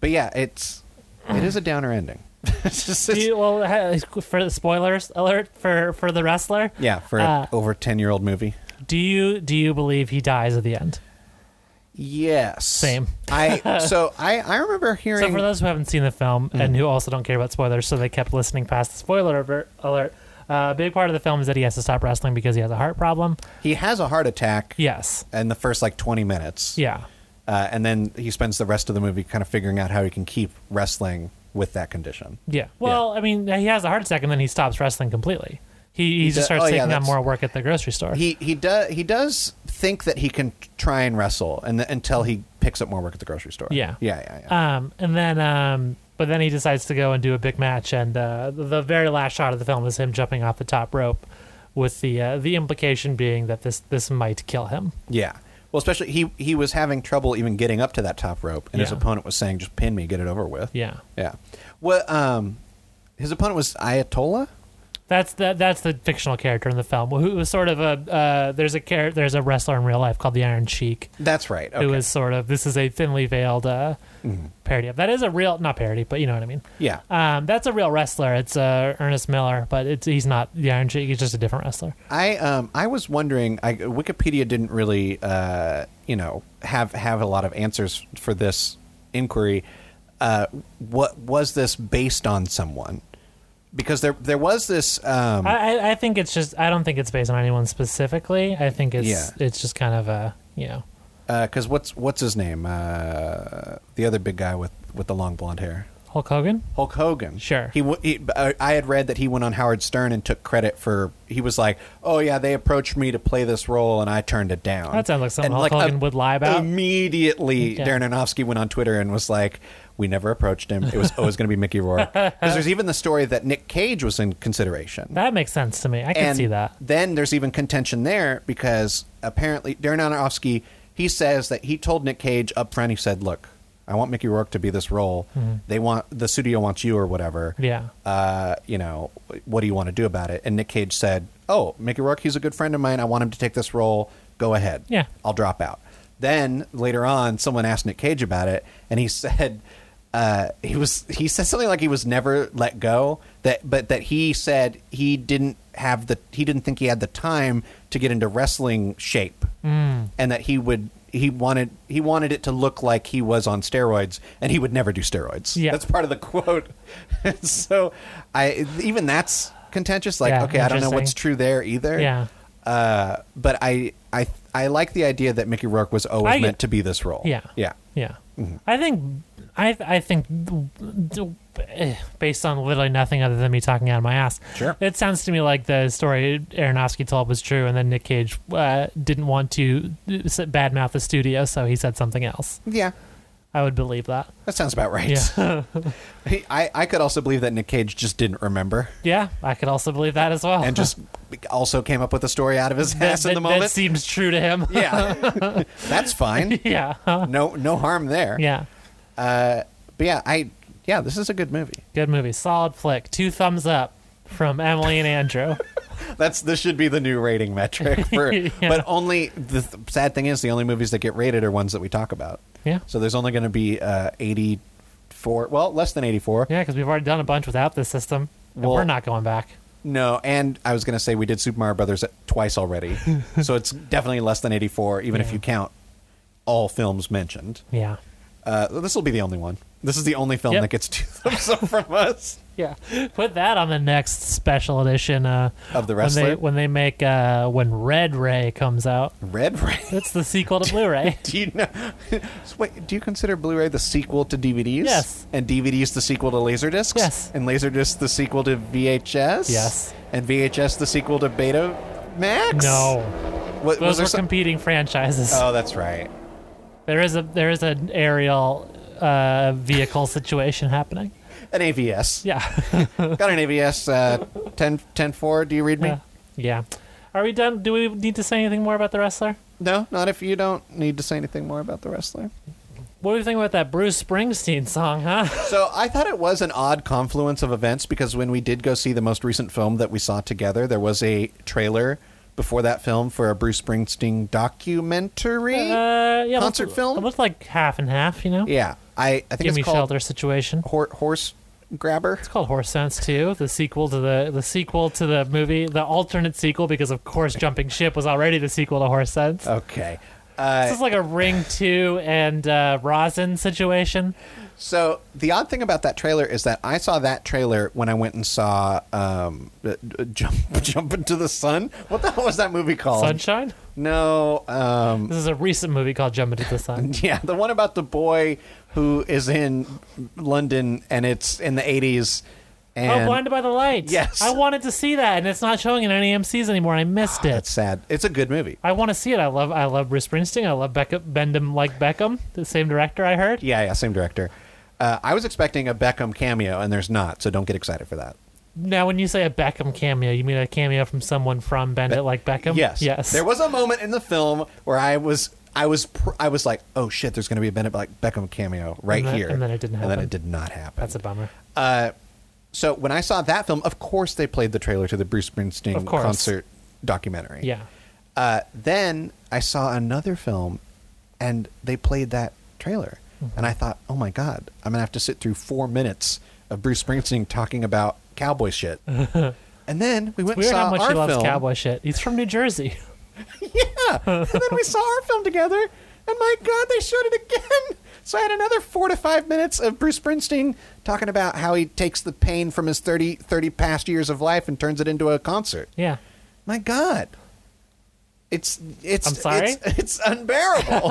Speaker 2: but yeah, it's it is a downer ending. it's just,
Speaker 1: Do
Speaker 2: it's-
Speaker 1: you, well, ha- for spoilers alert for for the wrestler.
Speaker 2: yeah, for
Speaker 1: Uh,
Speaker 2: an over ten year old movie.
Speaker 1: Do you do you believe he dies at the end?
Speaker 2: Yes.
Speaker 1: Same.
Speaker 2: I so I I remember hearing.
Speaker 1: So for those who haven't seen the film
Speaker 2: Hmm.
Speaker 1: and who also don't care about spoilers, so they kept listening past the spoiler aver- alert. Uh, a big part of the film is that he has to stop wrestling because he has a heart problem.
Speaker 2: he has a heart attack.
Speaker 1: Yes.
Speaker 2: In the first like twenty minutes.
Speaker 1: Yeah.
Speaker 2: uh, and then he spends the rest of the movie kind of figuring out how he can keep wrestling with that condition.
Speaker 1: Yeah. Well, I mean, he has a heart attack and then he stops wrestling completely. He, he,
Speaker 2: does-
Speaker 1: just starts
Speaker 2: oh, yeah,
Speaker 1: taking on
Speaker 2: that's-
Speaker 1: more work at the grocery store.
Speaker 2: He he does he does think that he can try and wrestle and th- until he picks up more work at the grocery store.
Speaker 1: Yeah.
Speaker 2: Yeah, yeah, yeah.
Speaker 1: um, and then, um, but then he decides to go and do a big match. And uh, the- the very last shot of the film is him jumping off the top rope, with the uh, the implication being that this this might kill him.
Speaker 2: yeah. Well, especially he he was having trouble even getting up to that top rope and his
Speaker 1: Yeah.
Speaker 2: opponent was saying just pin me, get it over with.
Speaker 1: Yeah.
Speaker 2: Yeah. Well, um his opponent was Ayatollah?
Speaker 1: That's the that's the fictional character in the film who was sort of a uh, there's a char- there's a wrestler in real life called the Iron Sheik
Speaker 2: That's right. Okay. Mm-hmm.
Speaker 1: who is sort of this is a thinly veiled uh, parody of that is a real not parody but you know what I mean
Speaker 2: yeah.
Speaker 1: um, that's a real wrestler it's uh, Ernest Miller but it's he's not the Iron Sheik he's just a different wrestler
Speaker 2: I um I was wondering. I Wikipedia didn't really uh you know have have a lot of answers for this inquiry. Uh, what was this based on someone? Because there there was this um
Speaker 1: I, I I think it's just I don't think it's based on anyone specifically I think it's
Speaker 2: Yeah.
Speaker 1: it's just kind of a you know
Speaker 2: because uh, what's what's his name uh the other big guy with with the long blonde hair
Speaker 1: Hulk Hogan
Speaker 2: Hulk Hogan.
Speaker 1: Sure.
Speaker 2: He, w- he uh, I had read that he went on Howard Stern and took credit for. He was like, "Oh yeah, they approached me to play this role and I turned it down."
Speaker 1: That sounds like something Hulk Hogan would lie about.
Speaker 2: Immediately,
Speaker 1: Okay.
Speaker 2: Darren Aronofsky went on Twitter and was like, "We never approached him. It was always going to be Mickey Rourke." Because there's even the story that Nick Cage was in consideration.
Speaker 1: that makes sense to me I can
Speaker 2: and
Speaker 1: see that
Speaker 2: Then there's even contention there because apparently Darren Aronofsky he says that he told Nick Cage up front. He said, "Look." I want Mickey Rourke to be this role. They want the studio wants you or whatever
Speaker 1: Mm-hmm. yeah
Speaker 2: uh, you know, what do you want to do about it? And Nick Cage said, Oh, Mickey Rourke, he's a good friend of mine. I want him to take this role. Go ahead.
Speaker 1: Yeah.
Speaker 2: I'll drop out. Then later on, someone asked Nick Cage about it, and he said, uh, he was he said something like he was never let go that but that he said he didn't have the he didn't think he had the time to get into wrestling shape
Speaker 1: Hmm.
Speaker 2: and that he would he wanted he wanted it to look like he was on steroids and he would never do steroids
Speaker 1: Yeah.
Speaker 2: that's part of the quote. so I even that's contentious. Like,
Speaker 1: Yeah,
Speaker 2: okay, I don't know what's
Speaker 1: interesting.
Speaker 2: true there either.
Speaker 1: Yeah.
Speaker 2: Uh, but I I I like the idea that Mickey Rourke was always
Speaker 1: I-
Speaker 2: meant to be this role.
Speaker 1: Yeah.
Speaker 2: Yeah.
Speaker 1: Yeah.
Speaker 2: Mm-hmm.
Speaker 1: I think I I think eh, based on literally nothing other than me talking out of my ass.
Speaker 2: Sure.
Speaker 1: It sounds to me like the story Aronofsky told was true, and then Nick Cage uh, didn't want to uh, s- badmouth the studio, so he said something else.
Speaker 2: Yeah.
Speaker 1: I would believe that.
Speaker 2: That sounds about right.
Speaker 1: Yeah.
Speaker 2: He- I, I could also believe that Nick Cage just didn't remember
Speaker 1: yeah. I could also believe that as well.
Speaker 2: and just also came up with a story out of his
Speaker 1: that,
Speaker 2: ass in
Speaker 1: that-
Speaker 2: the
Speaker 1: that
Speaker 2: moment.
Speaker 1: seems true to him.
Speaker 2: yeah. that's fine.
Speaker 1: yeah.
Speaker 2: No no harm there.
Speaker 1: yeah.
Speaker 2: But yeah, I yeah, this is a good movie.
Speaker 1: Good movie. Solid flick. Two thumbs up from Emily and Andrew.
Speaker 2: That's this should be the new rating metric for,
Speaker 1: Yeah.
Speaker 2: but only the th- sad thing is the only movies that get rated are ones that we talk about.
Speaker 1: Yeah.
Speaker 2: So there's only going to be uh, 84, well, less than 84.
Speaker 1: Yeah, because we've already done a bunch without this system, and
Speaker 2: Well-
Speaker 1: we're not going back.
Speaker 2: No, and I was going to say we did Super Mario Brothers twice already, so it's definitely less than 84, even if
Speaker 1: Yeah.
Speaker 2: you count all films mentioned.
Speaker 1: Yeah.
Speaker 2: Uh, this will be the only one. This is the only film
Speaker 1: Yep.
Speaker 2: that gets two thumbs up from us.
Speaker 1: Yeah. Put that on the next special edition uh,
Speaker 2: Of The
Speaker 1: When
Speaker 2: Wrestler?
Speaker 1: they, when they make uh, when Red Ray comes out,
Speaker 2: Red Ray.
Speaker 1: it's the sequel to Blu-ray.
Speaker 2: Do you know? So Wait, do you consider Blu-ray the sequel to DVDs?
Speaker 1: Yes.
Speaker 2: And DVDs the sequel to Laserdiscs?
Speaker 1: Yes.
Speaker 2: And Laserdiscs the sequel to VHS?
Speaker 1: Yes.
Speaker 2: And VHS the sequel to Beta Max?
Speaker 1: no,
Speaker 2: What, was
Speaker 1: those
Speaker 2: there
Speaker 1: were
Speaker 2: some-
Speaker 1: competing franchises.
Speaker 2: Oh, that's right.
Speaker 1: there is a there is an aerial uh, vehicle situation happening.
Speaker 2: An AVS.
Speaker 1: Yeah.
Speaker 2: Got an AVS uh, 10 10-4. Do you read me?
Speaker 1: yeah. Yeah. Are we done? Do we need to say anything more about the wrestler?
Speaker 2: No, not if you don't need to say anything more about the wrestler.
Speaker 1: What do you think about that Bruce Springsteen song, huh?
Speaker 2: So I thought it was an odd confluence of events because when we did go see the most recent film that we saw together, there was a trailer before that film for a Bruce Springsteen documentary.
Speaker 1: Uh, yeah,
Speaker 2: Concert
Speaker 1: looked-
Speaker 2: film?
Speaker 1: It looked like half and half, you know.
Speaker 2: yeah, I, I think
Speaker 1: Give
Speaker 2: it's
Speaker 1: me
Speaker 2: called
Speaker 1: shelter situation.
Speaker 2: Hor- Horse Grabber.
Speaker 1: It's called Horse Sense 2, the sequel to the the sequel to the movie, the alternate sequel because of course Jumping Ship was already the sequel to Horse Sense.
Speaker 2: Okay. Uh,
Speaker 1: this is like a Ring 2 and uh, Rosin situation.
Speaker 2: So the odd thing about that trailer is that I saw that trailer when I went and saw um, uh, Jump Jump into the Sun. What the hell was that movie called?
Speaker 1: Sunshine.
Speaker 2: No, um,
Speaker 1: This is a recent movie called Jump into the Sun.
Speaker 2: yeah, the one about the boy who is in London and it's in the eighties. And
Speaker 1: oh, Blinded by the Lights.
Speaker 2: Yes.
Speaker 1: I wanted to see that, and it's not showing in any MCs anymore. I missed
Speaker 2: Ah, That's
Speaker 1: it.
Speaker 2: sad. It's a good movie.
Speaker 1: I want to see it. I love I love Bruce Springsteen. I love Beckham, Bendham like Beckham, the same director I heard.
Speaker 2: Yeah, yeah, same director. Uh, I was expecting a Beckham cameo, and there's not, so don't get excited for that.
Speaker 1: Now, when you say a Beckham cameo, you mean a cameo from someone from Bend It Like Beckham?
Speaker 2: Yes,
Speaker 1: Um, Yes.
Speaker 2: There was a moment in the film where I was, I was, pr- I was like, oh shit, there's going to be a Bennett like Beckham cameo right
Speaker 1: And then-
Speaker 2: here,
Speaker 1: and then it didn't
Speaker 2: And then
Speaker 1: happen.
Speaker 2: it did not happen.
Speaker 1: That's a bummer.
Speaker 2: so when I saw that film, of course they played the trailer to the Bruce Springsteen
Speaker 1: Of course.
Speaker 2: concert documentary.
Speaker 1: Yeah.
Speaker 2: Uh, then I saw another film, and they played that trailer,
Speaker 1: Mm-hmm.
Speaker 2: and I thought, oh my god, I'm gonna have to sit through four minutes of Bruce Springsteen talking about cowboy shit. and then we went and
Speaker 1: Weird
Speaker 2: saw
Speaker 1: how much
Speaker 2: our
Speaker 1: he loves
Speaker 2: film.
Speaker 1: cowboy shit. He's from New Jersey.
Speaker 2: Yeah. and then we saw our film together, and my God, they showed it again. So I had another four to five minutes of Bruce Springsteen talking about how he takes the pain from his 30, 30 past years of life and turns it into a concert.
Speaker 1: Yeah.
Speaker 2: My God. It's it's
Speaker 1: I'm sorry?
Speaker 2: it's, it's unbearable.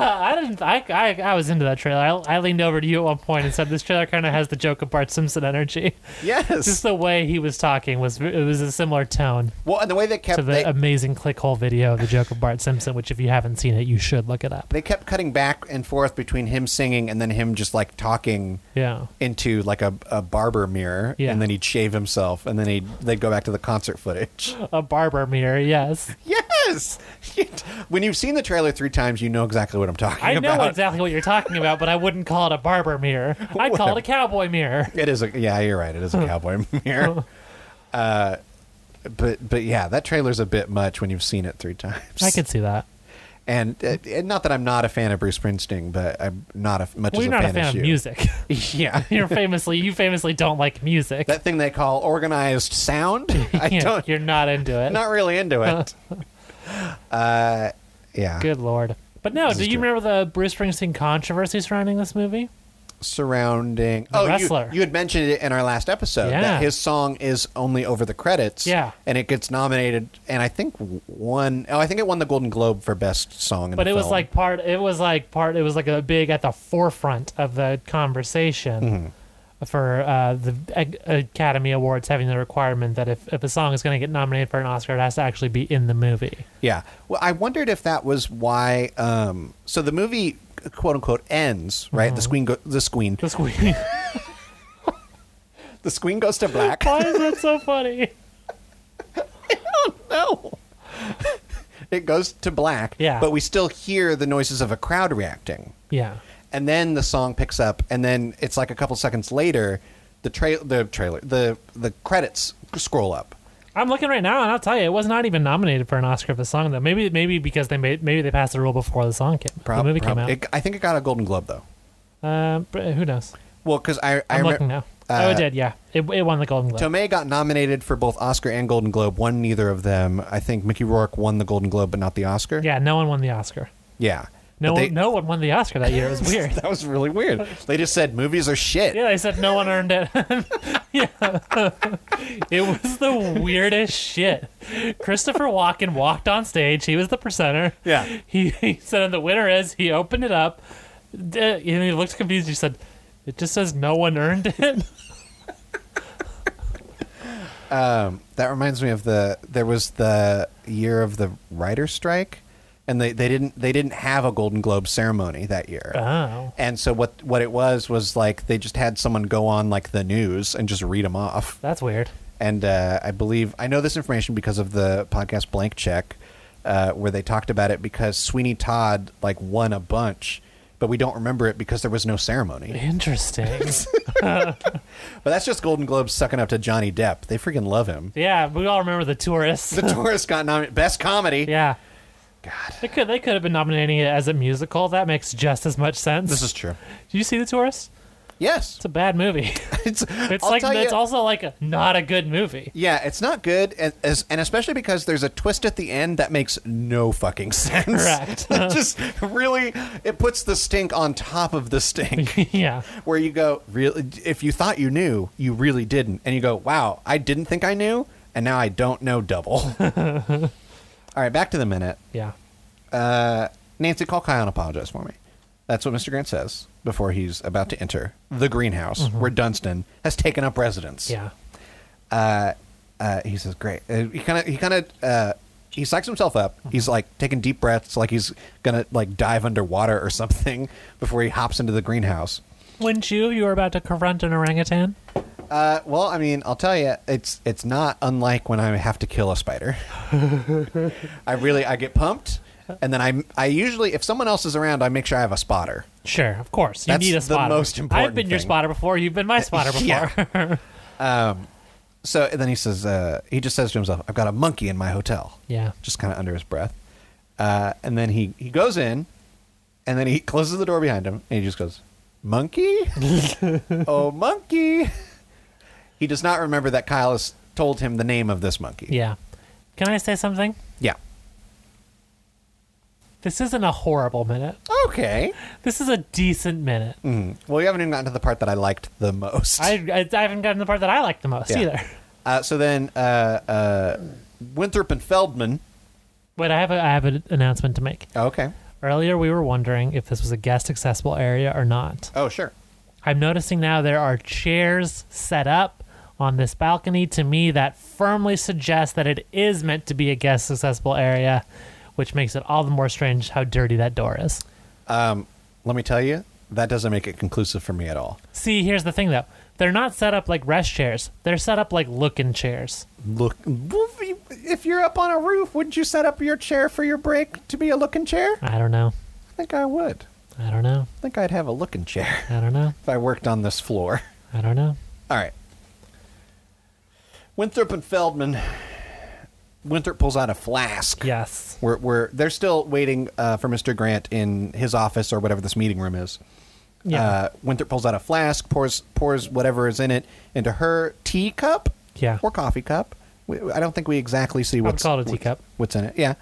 Speaker 1: Uh, I didn't. I, I, I was into that trailer. I, I leaned over to you at one point and said, "This trailer kind of has the Joker Bart Simpson energy."
Speaker 2: yes.
Speaker 1: Just the way he was talking was it was a similar tone
Speaker 2: well, and the way they kept
Speaker 1: to the
Speaker 2: they,
Speaker 1: amazing clickhole video of the Joker Bart Simpson, which if you haven't seen it, you should look it up.
Speaker 2: they kept cutting back and forth between him singing and then him just like talking
Speaker 1: Yeah.
Speaker 2: into like a, a barber mirror
Speaker 1: Yeah.
Speaker 2: and then he'd shave himself and then he'd they'd go back to the concert footage.
Speaker 1: A barber mirror, yes.
Speaker 2: Yes. when you've seen the trailer three times, you know exactly what I'm talking
Speaker 1: I know
Speaker 2: about.
Speaker 1: exactly what you're talking about, but I wouldn't call it a barber mirror. I'd call it a cowboy mirror.
Speaker 2: It is a yeah, you're right. It is a cowboy mirror. Uh, but but yeah, that trailer's a bit much when you've seen it three times.
Speaker 1: I could see that.
Speaker 2: and, uh, and not that I'm not a fan of Bruce Springsteen, but I'm not a, much
Speaker 1: Well,
Speaker 2: as
Speaker 1: you're not a
Speaker 2: fan,
Speaker 1: fan
Speaker 2: as
Speaker 1: of
Speaker 2: you.
Speaker 1: music.
Speaker 2: Yeah,
Speaker 1: you're famously you famously don't like music.
Speaker 2: that thing they call organized sound. I
Speaker 1: Yeah,
Speaker 2: don't.
Speaker 1: You're not into it.
Speaker 2: Not really into it. uh, yeah.
Speaker 1: Good lord. But no,
Speaker 2: This
Speaker 1: do
Speaker 2: is
Speaker 1: you
Speaker 2: true.
Speaker 1: remember the Bruce Springsteen controversy surrounding this movie?
Speaker 2: surrounding oh you-
Speaker 1: wrestler.
Speaker 2: You, had mentioned it in our last episode
Speaker 1: Yeah.
Speaker 2: that his song is only over the credits
Speaker 1: Yeah.
Speaker 2: and it gets nominated and i think won oh i think it won the golden globe for best song in
Speaker 1: But
Speaker 2: the
Speaker 1: it was
Speaker 2: film.
Speaker 1: like part. It was like part. It was like a big at the forefront of the conversation
Speaker 2: Mm-hmm.
Speaker 1: for uh, the Ac- Academy Awards having the requirement that if, if a song is going to get nominated for an Oscar, it has to actually be in the movie.
Speaker 2: yeah well i wondered if that was why um so the movie quote unquote ends right
Speaker 1: Mm-hmm.
Speaker 2: the screen go- the screen
Speaker 1: This week.
Speaker 2: the screen goes to black
Speaker 1: Why is that so funny?
Speaker 2: no it goes to black
Speaker 1: Yeah.
Speaker 2: but we still hear the noises of a crowd reacting
Speaker 1: Yeah.
Speaker 2: and then the song picks up, and then it's like a couple seconds later, the trail, the trailer, the the credits scroll up.
Speaker 1: I'm looking right now, and I'll tell you, it was not even nominated for an Oscar for the song. Though maybe, maybe because they made, maybe they passed the rule before the song came,
Speaker 2: Prob-
Speaker 1: the movie
Speaker 2: prob-
Speaker 1: came out.
Speaker 2: it- I think it got a Golden Globe though.
Speaker 1: Uh, but who knows?
Speaker 2: Well, because I I
Speaker 1: I'm
Speaker 2: remem-
Speaker 1: looking now.
Speaker 2: uh,
Speaker 1: oh, it did. Yeah, it, it won the Golden Globe.
Speaker 2: Tomei got nominated for both Oscar and Golden Globe. Won neither of them. I think Mickey Rourke won the Golden Globe, but not the Oscar.
Speaker 1: yeah, no one won the Oscar.
Speaker 2: Yeah.
Speaker 1: No,
Speaker 2: But
Speaker 1: one,
Speaker 2: they-
Speaker 1: no one won the Oscar that year. It was weird.
Speaker 2: That was really weird. They just said movies are shit.
Speaker 1: yeah, they said no one earned it. yeah, it was the weirdest shit. Christopher Walken walked on stage. He was the presenter.
Speaker 2: Yeah.
Speaker 1: he, he said, "And the winner is." He opened it up, d- and he looked confused. He said, "It just says no one earned it."
Speaker 2: That reminds me of the there was the year of the writer strike, and they, they didn't they didn't have a Golden Globe ceremony that year.
Speaker 1: oh,
Speaker 2: And so what what it was was like they just had someone go on like the news and just read them off.
Speaker 1: that's weird.
Speaker 2: And uh, I believe I know this information because of the podcast Blank Check, uh, where they talked about it because Sweeney Todd like won a bunch, but we don't remember it because there was no ceremony.
Speaker 1: Interesting.
Speaker 2: But that's just Golden Globes sucking up to Johnny Depp. They freaking love him.
Speaker 1: yeah, we all remember the tourists.
Speaker 2: The tourist got nominated best comedy.
Speaker 1: Yeah.
Speaker 2: God.
Speaker 1: They could they could have been nominating it as a musical. That makes just as much sense.
Speaker 2: This is true.
Speaker 1: Did you see the tourist?
Speaker 2: Yes.
Speaker 1: It's a bad movie.
Speaker 2: It's,
Speaker 1: It's
Speaker 2: I'll
Speaker 1: like
Speaker 2: tell
Speaker 1: it's
Speaker 2: you-
Speaker 1: also like a, not a good movie.
Speaker 2: Yeah, it's not good, and, as, and especially because there's a twist at the end that makes no fucking sense.
Speaker 1: Correct.
Speaker 2: it just really it puts the stink on top of the stink.
Speaker 1: yeah.
Speaker 2: Where you go, really? If you thought you knew, you really didn't, and you go, "Wow, I didn't think I knew, and now I don't know double." All right, back to the minute.
Speaker 1: Yeah.
Speaker 2: Uh, Nancy, call Kyle and apologize for me. That's what Mr. Grant says before he's about to enter the greenhouse where Dunstan has taken up residence
Speaker 1: Yeah.
Speaker 2: uh, uh, he says, "Great." Uh, he kind of he kind of uh, he psychs himself up. He's like taking deep breaths, like he's gonna like dive underwater or something before he hops into the greenhouse.
Speaker 1: Wouldn't you if you were about to confront an orangutan?
Speaker 2: Uh, well, I mean, I'll tell you, it's it's not unlike when I have to kill a spider. I really I get pumped, and then I I usually if someone else is around, I make sure I have a spotter.
Speaker 1: Sure, of course. You
Speaker 2: That's
Speaker 1: need a
Speaker 2: the
Speaker 1: spotter.
Speaker 2: most important
Speaker 1: I've been your
Speaker 2: thing.
Speaker 1: spotter before. You've been my spotter before.
Speaker 2: Yeah. Um, So and then he says, uh, he just says to himself, "I've got a monkey in my hotel."
Speaker 1: Yeah.
Speaker 2: just kind of under his breath. Uh, and then he, he goes in, and then he closes the door behind him, and he just goes, "Monkey, oh monkey." He does not remember that Kyle has told him the name of this monkey.
Speaker 1: Yeah. Can I say something?
Speaker 2: Yeah.
Speaker 1: This isn't a horrible minute.
Speaker 2: Okay.
Speaker 1: This is a decent minute.
Speaker 2: Mm. Well, you haven't even gotten to the part that I liked the most.
Speaker 1: I, I, I haven't gotten the part that I like the most
Speaker 2: Yeah.
Speaker 1: either.
Speaker 2: Uh, so then, uh, uh, Winthrop and Feldman.
Speaker 1: Wait, I have a, I have an announcement to make.
Speaker 2: Okay.
Speaker 1: Earlier, we were wondering if this was a guest accessible area or not.
Speaker 2: Oh, sure.
Speaker 1: I'm noticing now there are chairs set up on this balcony to me that firmly suggests that it is meant to be a guest accessible area, which makes it all the more strange how dirty that door is.
Speaker 2: Let me tell you, that doesn't make it conclusive for me at all.
Speaker 1: See, here's the thing though. They're not set up like rest chairs. They're set up like looking chairs.
Speaker 2: Look, if you're up on a roof, wouldn't you set up your chair for your break to be a looking chair?
Speaker 1: I don't know.
Speaker 2: I think I would.
Speaker 1: I don't know.
Speaker 2: I think I'd have a looking chair
Speaker 1: I don't know.
Speaker 2: if I worked on this floor.
Speaker 1: I don't know.
Speaker 2: All right. Winthrop and Feldman. Winthrop pulls out a flask.
Speaker 1: Yes.
Speaker 2: We're, we're, they're still waiting uh, for Mr. Grant in his office or whatever this meeting room is.
Speaker 1: Yeah.
Speaker 2: Uh, Winthrop pulls out a flask, pours pours whatever is in it into her tea cup.
Speaker 1: Yeah.
Speaker 2: Or coffee cup. We, I don't think we exactly see what's
Speaker 1: call it a
Speaker 2: what's-
Speaker 1: teacup.
Speaker 2: What's in it? Yeah.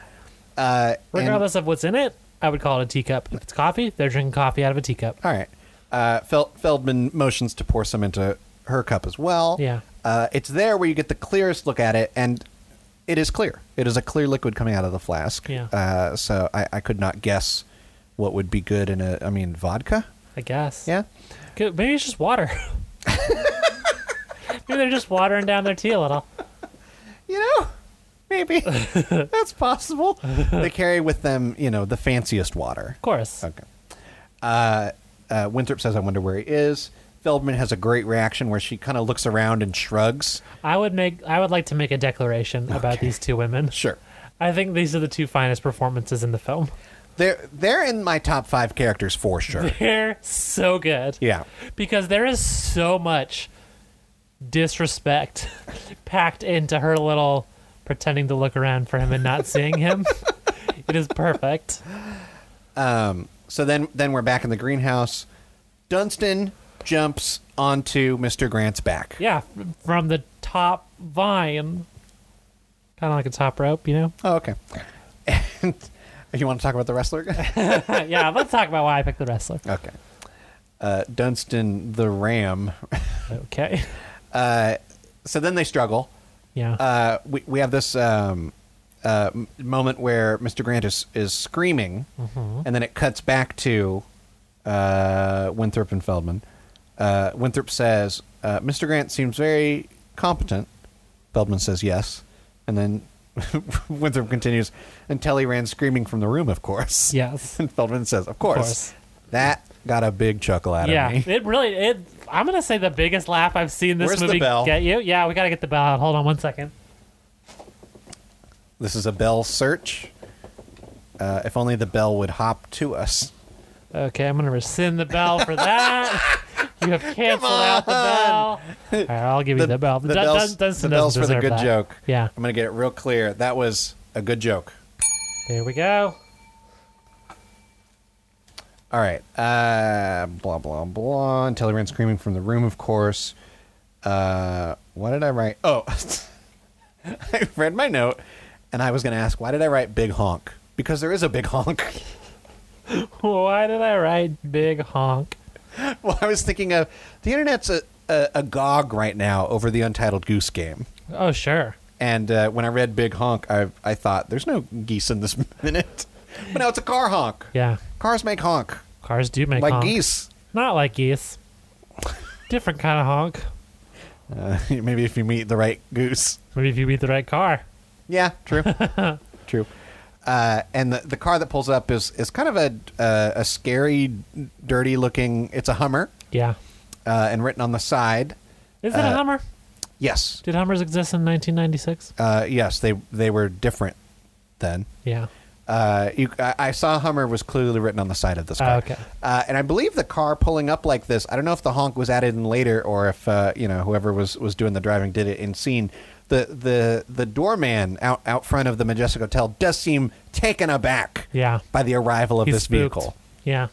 Speaker 2: Uh, and-
Speaker 1: Regardless of what's in it, I would call it a teacup. If it's coffee, they're drinking coffee out of a teacup.
Speaker 2: All right. Uh, Fel- Feldman motions to pour some into her cup as well.
Speaker 1: Yeah.
Speaker 2: Uh, it's there where you get the clearest look at it, and it is clear. It is a clear liquid coming out of the flask.
Speaker 1: Yeah.
Speaker 2: Uh, so I, I could not guess what would be good in a, I mean, vodka?
Speaker 1: I guess.
Speaker 2: Yeah.
Speaker 1: Good. Maybe it's just water. Maybe they're just watering down their tea a little.
Speaker 2: You know, maybe. That's possible. they carry with them, you know, the fanciest water.
Speaker 1: Of course.
Speaker 2: Okay. Uh, uh, Winthrop says, I wonder where he is. Feldman has a great reaction where she kind of looks around and shrugs.
Speaker 1: I would make. I would like to make a declaration about
Speaker 2: Okay.
Speaker 1: these two women.
Speaker 2: Sure.
Speaker 1: I think these are the two finest performances in the film.
Speaker 2: They're they're in my top five characters for sure.
Speaker 1: They're so good.
Speaker 2: yeah.
Speaker 1: Because there is so much disrespect packed into her little pretending to look around for him and not seeing him. it is perfect.
Speaker 2: Um. So then then we're back in the greenhouse. Dunstan jumps onto Mr. Grant's back.
Speaker 1: Yeah, from the top vine, kind of like a top rope, you know.
Speaker 2: Oh, okay. And you want to talk about the wrestler?
Speaker 1: yeah, let's talk about why I picked the wrestler.
Speaker 2: okay. Uh, Dunstan the Ram.
Speaker 1: Okay.
Speaker 2: So then they struggle.
Speaker 1: Yeah.
Speaker 2: Uh, we we have this um, uh, m- moment where Mr. Grant is is screaming,
Speaker 1: Mm-hmm.
Speaker 2: and then it cuts back to uh, Winthrop and Feldman. Uh, Winthrop says, uh, "Mr. Grant seems very competent." Feldman says, "Yes," and then Winthrop continues until he ran screaming from the room. Of course,
Speaker 1: yes.
Speaker 2: And Feldman says, "Of course."
Speaker 1: course.
Speaker 2: That got a big chuckle out
Speaker 1: Yeah.
Speaker 2: of me.
Speaker 1: It really. It. I'm gonna say the biggest laugh I've seen this
Speaker 2: Where's the
Speaker 1: movie
Speaker 2: bell?
Speaker 1: get you. Yeah, we gotta get the bell out. Hold on one second.
Speaker 2: This is a bell search. Uh, if only the bell would hop to us.
Speaker 1: Okay, I'm gonna rescind the bell for that. you have canceled out the bell. All right, I'll give you the, bell.
Speaker 2: The,
Speaker 1: Dun-
Speaker 2: bells,
Speaker 1: Dun- Dunstan
Speaker 2: the bells
Speaker 1: doesn't
Speaker 2: for the
Speaker 1: deserve
Speaker 2: good
Speaker 1: that.
Speaker 2: joke.
Speaker 1: Yeah.
Speaker 2: I'm going to get it real clear. That was a good joke.
Speaker 1: There we go.
Speaker 2: All right. Uh, blah blah blah. Until he ran screaming from the room, of course. Uh, what did I write? Oh, I read my note, and I was going to ask why did I write big honk because there is a big honk.
Speaker 1: Why did I write big honk?
Speaker 2: well, I was thinking of the internet's a, a, a gog right now over the Untitled Goose Game,
Speaker 1: Oh, sure.
Speaker 2: and uh, when I read big honk, I I thought there's no geese in this minute, but now it's a car honk.
Speaker 1: Yeah.
Speaker 2: Cars make honk
Speaker 1: Cars do make
Speaker 2: like
Speaker 1: honk.
Speaker 2: geese.
Speaker 1: Not like geese. Different kind of honk.
Speaker 2: Uh, maybe if you meet the right goose.
Speaker 1: Maybe if you beat the right car.
Speaker 2: Yeah, true, true. Uh, and the, the car that pulls up is is kind of a uh, a scary, dirty looking. It's a Hummer,
Speaker 1: Yeah.
Speaker 2: uh, and written on the side,
Speaker 1: Is it a
Speaker 2: Uh,
Speaker 1: Hummer?
Speaker 2: yes,
Speaker 1: Did Hummers exist in 1996?
Speaker 2: uh, yes, they they were different then.
Speaker 1: Yeah.
Speaker 2: Uh, you, I, I saw Hummer was clearly written on the side of this
Speaker 1: Oh,
Speaker 2: car.
Speaker 1: okay.
Speaker 2: Uh, and I believe the car pulling up like this. I don't know if the honk was added in later or if uh, you know whoever was was doing the driving did it in scene. The the the doorman out out front of the Majestic Hotel does seem taken aback
Speaker 1: Yeah.
Speaker 2: by the arrival of
Speaker 1: He's
Speaker 2: this
Speaker 1: spooked.
Speaker 2: vehicle.
Speaker 1: Yeah.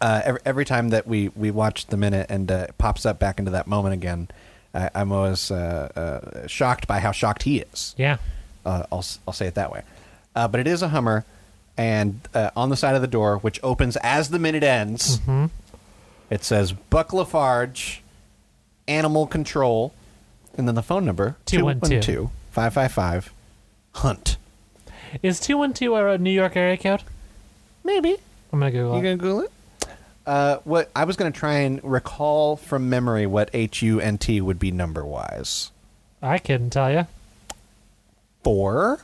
Speaker 2: Uh, every, every time that we we watch the minute and uh, it pops up back into that moment again, I, I'm always uh, uh, shocked by how shocked he is.
Speaker 1: Yeah.
Speaker 2: Uh, I'll, s- I'll say it that way. Uh, but it is a Hummer, and uh, on the side of the door, which opens as the minute ends,
Speaker 1: Hmm? Mm-hmm.
Speaker 2: it says Buck Lafarge, Animal Control, and then the phone number
Speaker 1: 212.
Speaker 2: 212 555 Hunt.
Speaker 1: Is 212 a New York area code?
Speaker 2: Maybe.
Speaker 1: I'm going to Google
Speaker 2: You
Speaker 1: it.
Speaker 2: gonna Google it? Uh, what I was gonna try and recall from memory what H U N T would be number wise.
Speaker 1: I couldn't tell you.
Speaker 2: Four,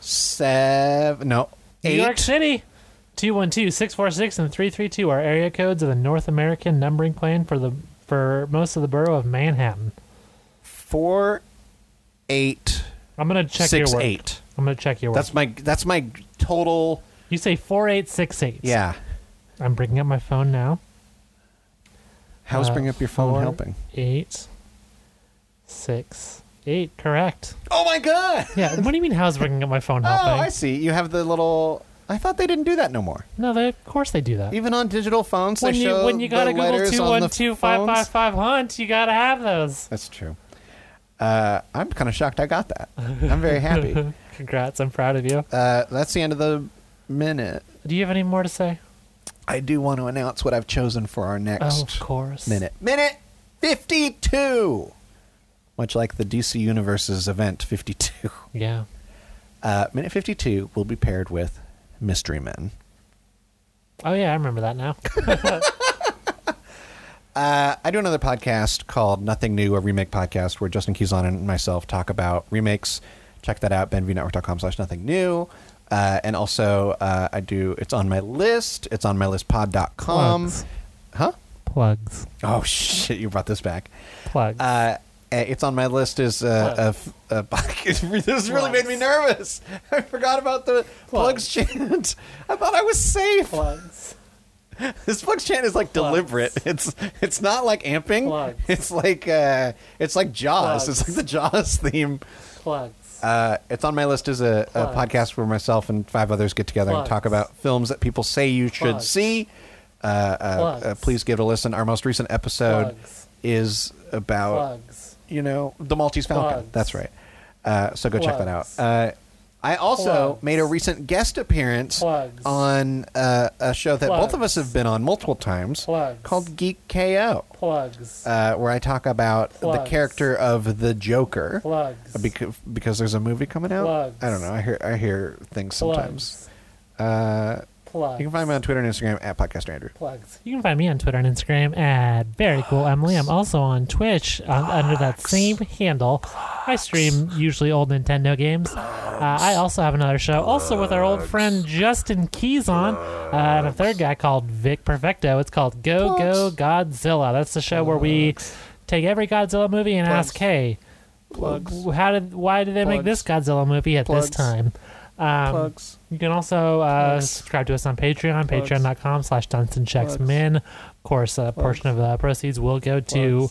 Speaker 2: seven, no,
Speaker 1: New York
Speaker 2: eight.
Speaker 1: City. 212, 646, and 332 are area codes of the North American numbering plan for the for most of the borough of Manhattan.
Speaker 2: Four, eight,
Speaker 1: I'm going to check
Speaker 2: six,
Speaker 1: your work.
Speaker 2: eight.
Speaker 1: I'm going to check your work.
Speaker 2: That's my that's my total.
Speaker 1: you say 4868.
Speaker 2: Yeah.
Speaker 1: I'm bringing up my phone now.
Speaker 2: How's
Speaker 1: Uh,
Speaker 2: bringing up your phone
Speaker 1: four,
Speaker 2: helping?
Speaker 1: Eight, six, eight. Correct.
Speaker 2: Oh my god!
Speaker 1: Yeah. what do you mean? How's bringing up my phone
Speaker 2: Oh,
Speaker 1: helping?
Speaker 2: I see. You have the little. I thought they didn't do that no more.
Speaker 1: No, they, of course they do that.
Speaker 2: Even on digital phones,
Speaker 1: when
Speaker 2: they
Speaker 1: you
Speaker 2: show
Speaker 1: when you gotta
Speaker 2: the
Speaker 1: Google
Speaker 2: letters
Speaker 1: two
Speaker 2: on
Speaker 1: one
Speaker 2: the
Speaker 1: two five
Speaker 2: phones.
Speaker 1: five five hunt, you gotta have those.
Speaker 2: That's true. Uh, I'm kind of shocked I got that. I'm very happy.
Speaker 1: Congrats! I'm proud of you.
Speaker 2: Uh, that's the end of the minute.
Speaker 1: Do you have any more to say?
Speaker 2: I do want to announce what I've chosen for our
Speaker 1: Oh, of
Speaker 2: next
Speaker 1: course.
Speaker 2: minute. Minute 52! Much like the DC Universe's event 52.
Speaker 1: Yeah.
Speaker 2: Uh, minute 52 will be paired with Mystery Men.
Speaker 1: Oh yeah, I remember that now.
Speaker 2: Uh, I do another podcast called Nothing New, a remake podcast where Justin Kuzan and myself talk about remakes. Check that out, benvnetwork.com slash nothing new. Uh, and also, uh, I do, it's on my list. It's on my listpod.com.
Speaker 1: Plugs.
Speaker 2: Huh?
Speaker 1: Plugs.
Speaker 2: Oh, shit, you brought this back.
Speaker 1: Plugs.
Speaker 2: Uh, eh, it's on my list as uh, a f- a podcast. this really made me nervous. I forgot about the plugs, chant. I thought I was safe.
Speaker 1: plugs.
Speaker 2: Uh, This plugs chant is like
Speaker 1: Plugs.
Speaker 2: deliberate. It's it's not like amping.
Speaker 1: Plugs.
Speaker 2: It's like uh, it's like Jaws. It's
Speaker 1: Plugs.
Speaker 2: like the Jaws theme.
Speaker 1: Plugs.
Speaker 2: Uh, it's on my list as a, a
Speaker 1: Plugs.
Speaker 2: podcast where myself and five others get together and
Speaker 1: Plugs.
Speaker 2: talk about films that people say you should
Speaker 1: Plugs.
Speaker 2: see. Uh, uh, uh,
Speaker 1: Plugs.
Speaker 2: please give it a listen. Our most recent episode
Speaker 1: Plugs.
Speaker 2: is about
Speaker 1: Plugs.
Speaker 2: you know, the Maltese Falcon.
Speaker 1: Plugs.
Speaker 2: That's right. Uh, so go check that out.
Speaker 1: Plugs.
Speaker 2: Uh, I also
Speaker 1: Plugs.
Speaker 2: made a recent guest appearance
Speaker 1: Plugs.
Speaker 2: on uh, a show that both of us
Speaker 1: Plugs.
Speaker 2: have been on multiple times
Speaker 1: Plugs.
Speaker 2: called Geek KO,
Speaker 1: Plugs.
Speaker 2: uh, where I talk about the
Speaker 1: Plugs.
Speaker 2: character of the Joker.
Speaker 1: Plugs.
Speaker 2: Because, because there's a movie coming out.
Speaker 1: Plugs.
Speaker 2: I don't know. I hear I hear things sometimes.
Speaker 1: Plugs.
Speaker 2: Uh,
Speaker 1: Plugs.
Speaker 2: you can find me on Twitter and Instagram at Podcaster Andrew.
Speaker 1: plugs. You can find me on Twitter and Instagram at very cool Emily. I'm also on Twitch uh, under that same handle. I stream usually old Nintendo games. Uh, I also have another show, also with our old friend Justin Keys on, uh, and a third guy called Vic Perfecto. It's called Go Go Godzilla. That's the show where we take every Godzilla movie and ask, hey, w- how did why did they make this Godzilla movie at
Speaker 2: Plugs.
Speaker 1: this time? Um,
Speaker 2: Plugs.
Speaker 1: you can also uh, subscribe to us on Patreon, patreon.com slash Dunstan Checks Min. Of course, a portion of the proceeds will go to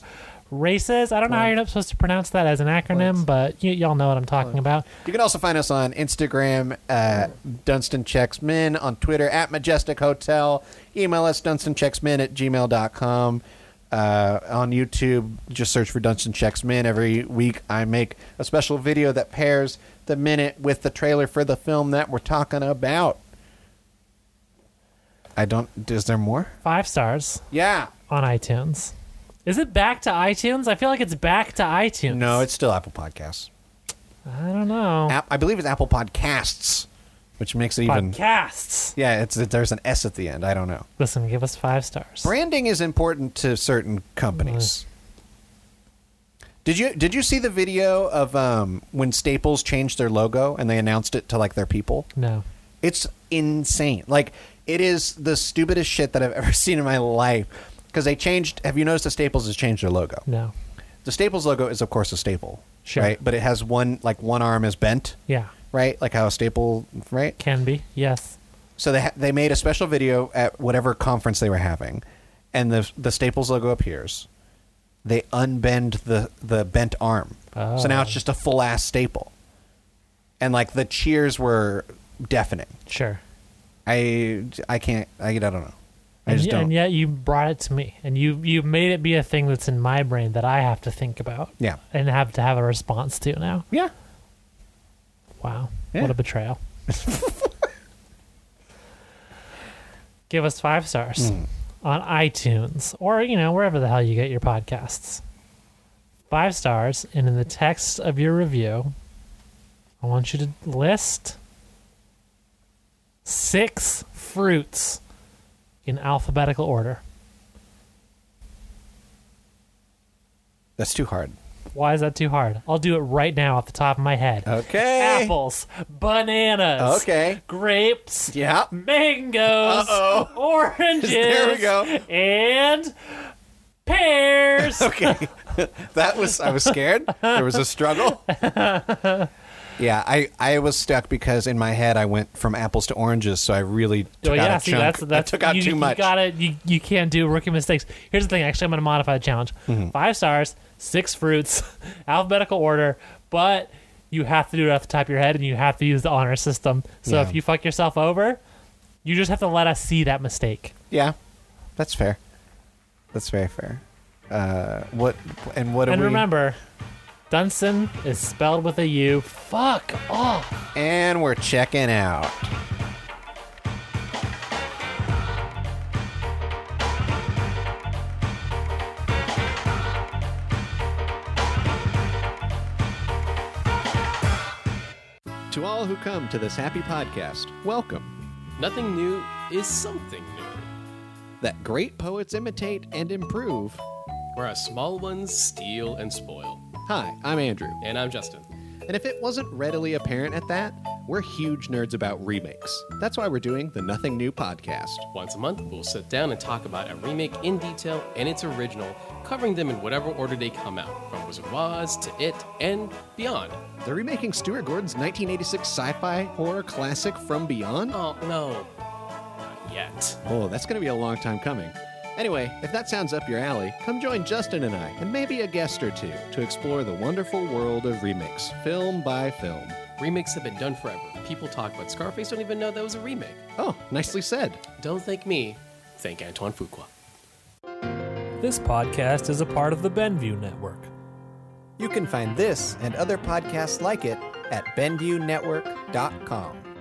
Speaker 1: races. I don't know how you're not supposed to pronounce that as an acronym, but you, y'all know what I'm talking about.
Speaker 2: You can also find us on Instagram, uh, Dunstan Checks Men, on Twitter, at Majestic Hotel. Email us, dunstanchecksmen at gmail.com. Uh, on YouTube, just search for Dunstan Checks Men. Every week, I make a special video that pairs the minute with the trailer for the film that we're talking about. I don't. Is there more?
Speaker 1: Five stars
Speaker 2: Yeah.
Speaker 1: on iTunes. Is it back to iTunes? I feel like it's back to iTunes.
Speaker 2: No, it's still Apple Podcasts.
Speaker 1: I don't know.
Speaker 2: App, I believe it's Apple Podcasts, which makes it even.
Speaker 1: Podcasts.
Speaker 2: Yeah, it's there's an S at the end. I don't know.
Speaker 1: Listen, give us five stars.
Speaker 2: Branding is important to certain companies. Did you did you see the video of um, when Staples changed their logo and they announced it to like their people?
Speaker 1: no.
Speaker 2: It's insane. Like it is the stupidest shit that I've ever seen in my life. Because they changed. Have you noticed that Staples has changed their logo?
Speaker 1: No.
Speaker 2: The Staples logo is of course a staple,
Speaker 1: Sure.
Speaker 2: right? But it has one like one arm is bent,
Speaker 1: Yeah.
Speaker 2: right? Like how a staple, right?
Speaker 1: Can be. Yes.
Speaker 2: so they ha- they made a special video at whatever conference they were having, and the the Staples logo appears. They unbend the the bent arm, so now it's
Speaker 1: Oh.
Speaker 2: just a full ass staple, and like the cheers were deafening.
Speaker 1: Sure.
Speaker 2: I I can't I, I don't know. I
Speaker 1: and,
Speaker 2: just
Speaker 1: y-
Speaker 2: don't.
Speaker 1: and yet you brought it to me, and you you made it be a thing that's in my brain that I have to think about.
Speaker 2: Yeah.
Speaker 1: And have to have a response to now.
Speaker 2: yeah.
Speaker 1: Wow.
Speaker 2: Yeah.
Speaker 1: What a betrayal. Give us five stars
Speaker 2: Hmm.
Speaker 1: on iTunes or, you know, wherever the hell you get your podcasts. Five stars. And in the text of your review, I want you to list six fruits in alphabetical order.
Speaker 2: That's too hard.
Speaker 1: Why is that too hard? I'll do it right now off the top of my head.
Speaker 2: Okay.
Speaker 1: Apples, bananas,
Speaker 2: Okay.
Speaker 1: grapes,
Speaker 2: Yeah.
Speaker 1: mangoes,
Speaker 2: Uh-oh.
Speaker 1: oranges,
Speaker 2: There we go.
Speaker 1: and pears.
Speaker 2: Okay. that was I was scared. There was a struggle. Yeah, I, I was stuck because in my head I went from apples to oranges, so I really took
Speaker 1: Oh
Speaker 2: out
Speaker 1: yeah,
Speaker 2: a
Speaker 1: see
Speaker 2: chunk.
Speaker 1: that's that's
Speaker 2: I took out
Speaker 1: you,
Speaker 2: too much.
Speaker 1: You got it. You, you can't do rookie mistakes. Here's the thing. Actually, I'm going to modify the challenge.
Speaker 2: Mm-hmm.
Speaker 1: Five stars, six fruits, alphabetical order, but you have to do it off the top of your head, and you have to use the honor system. So
Speaker 2: Yeah.
Speaker 1: if you fuck yourself over, you just have to let us see that mistake.
Speaker 2: Yeah, that's fair. That's very fair. Uh, what and what? do
Speaker 1: and
Speaker 2: we,
Speaker 1: remember, Dunson is spelled with a U. Fuck off.
Speaker 2: and we're checking out. To all who come to this happy podcast, welcome.
Speaker 3: Nothing new is something new,
Speaker 2: That great poets imitate and improve.
Speaker 3: where our small ones steal and spoil.
Speaker 2: Hi, I'm Andrew.
Speaker 3: And I'm Justin.
Speaker 2: And if it wasn't readily apparent at that, we're huge nerds about remakes. That's why we're doing the Nothing New podcast.
Speaker 3: Once a month, we'll sit down and talk about a remake in detail and its original, covering them in whatever order they come out, from Wizard of Oz to It and beyond.
Speaker 2: They're remaking Stuart Gordon's 1986 sci fi horror classic From Beyond?
Speaker 3: Oh, no. Not yet.
Speaker 2: Oh, that's going to be a long time coming. Anyway, if that sounds up your alley, come join Justin and I, and maybe a guest or two, to explore the wonderful world of remakes, film by film.
Speaker 3: Remakes have been done forever. People talk about Scarface, don't even know that was a remake.
Speaker 2: Oh, nicely said.
Speaker 3: Don't thank me, thank Antoine Fuqua.
Speaker 1: This podcast is a part of the Benview Network.
Speaker 2: You can find this and other podcasts like it at BendUNetwork.com.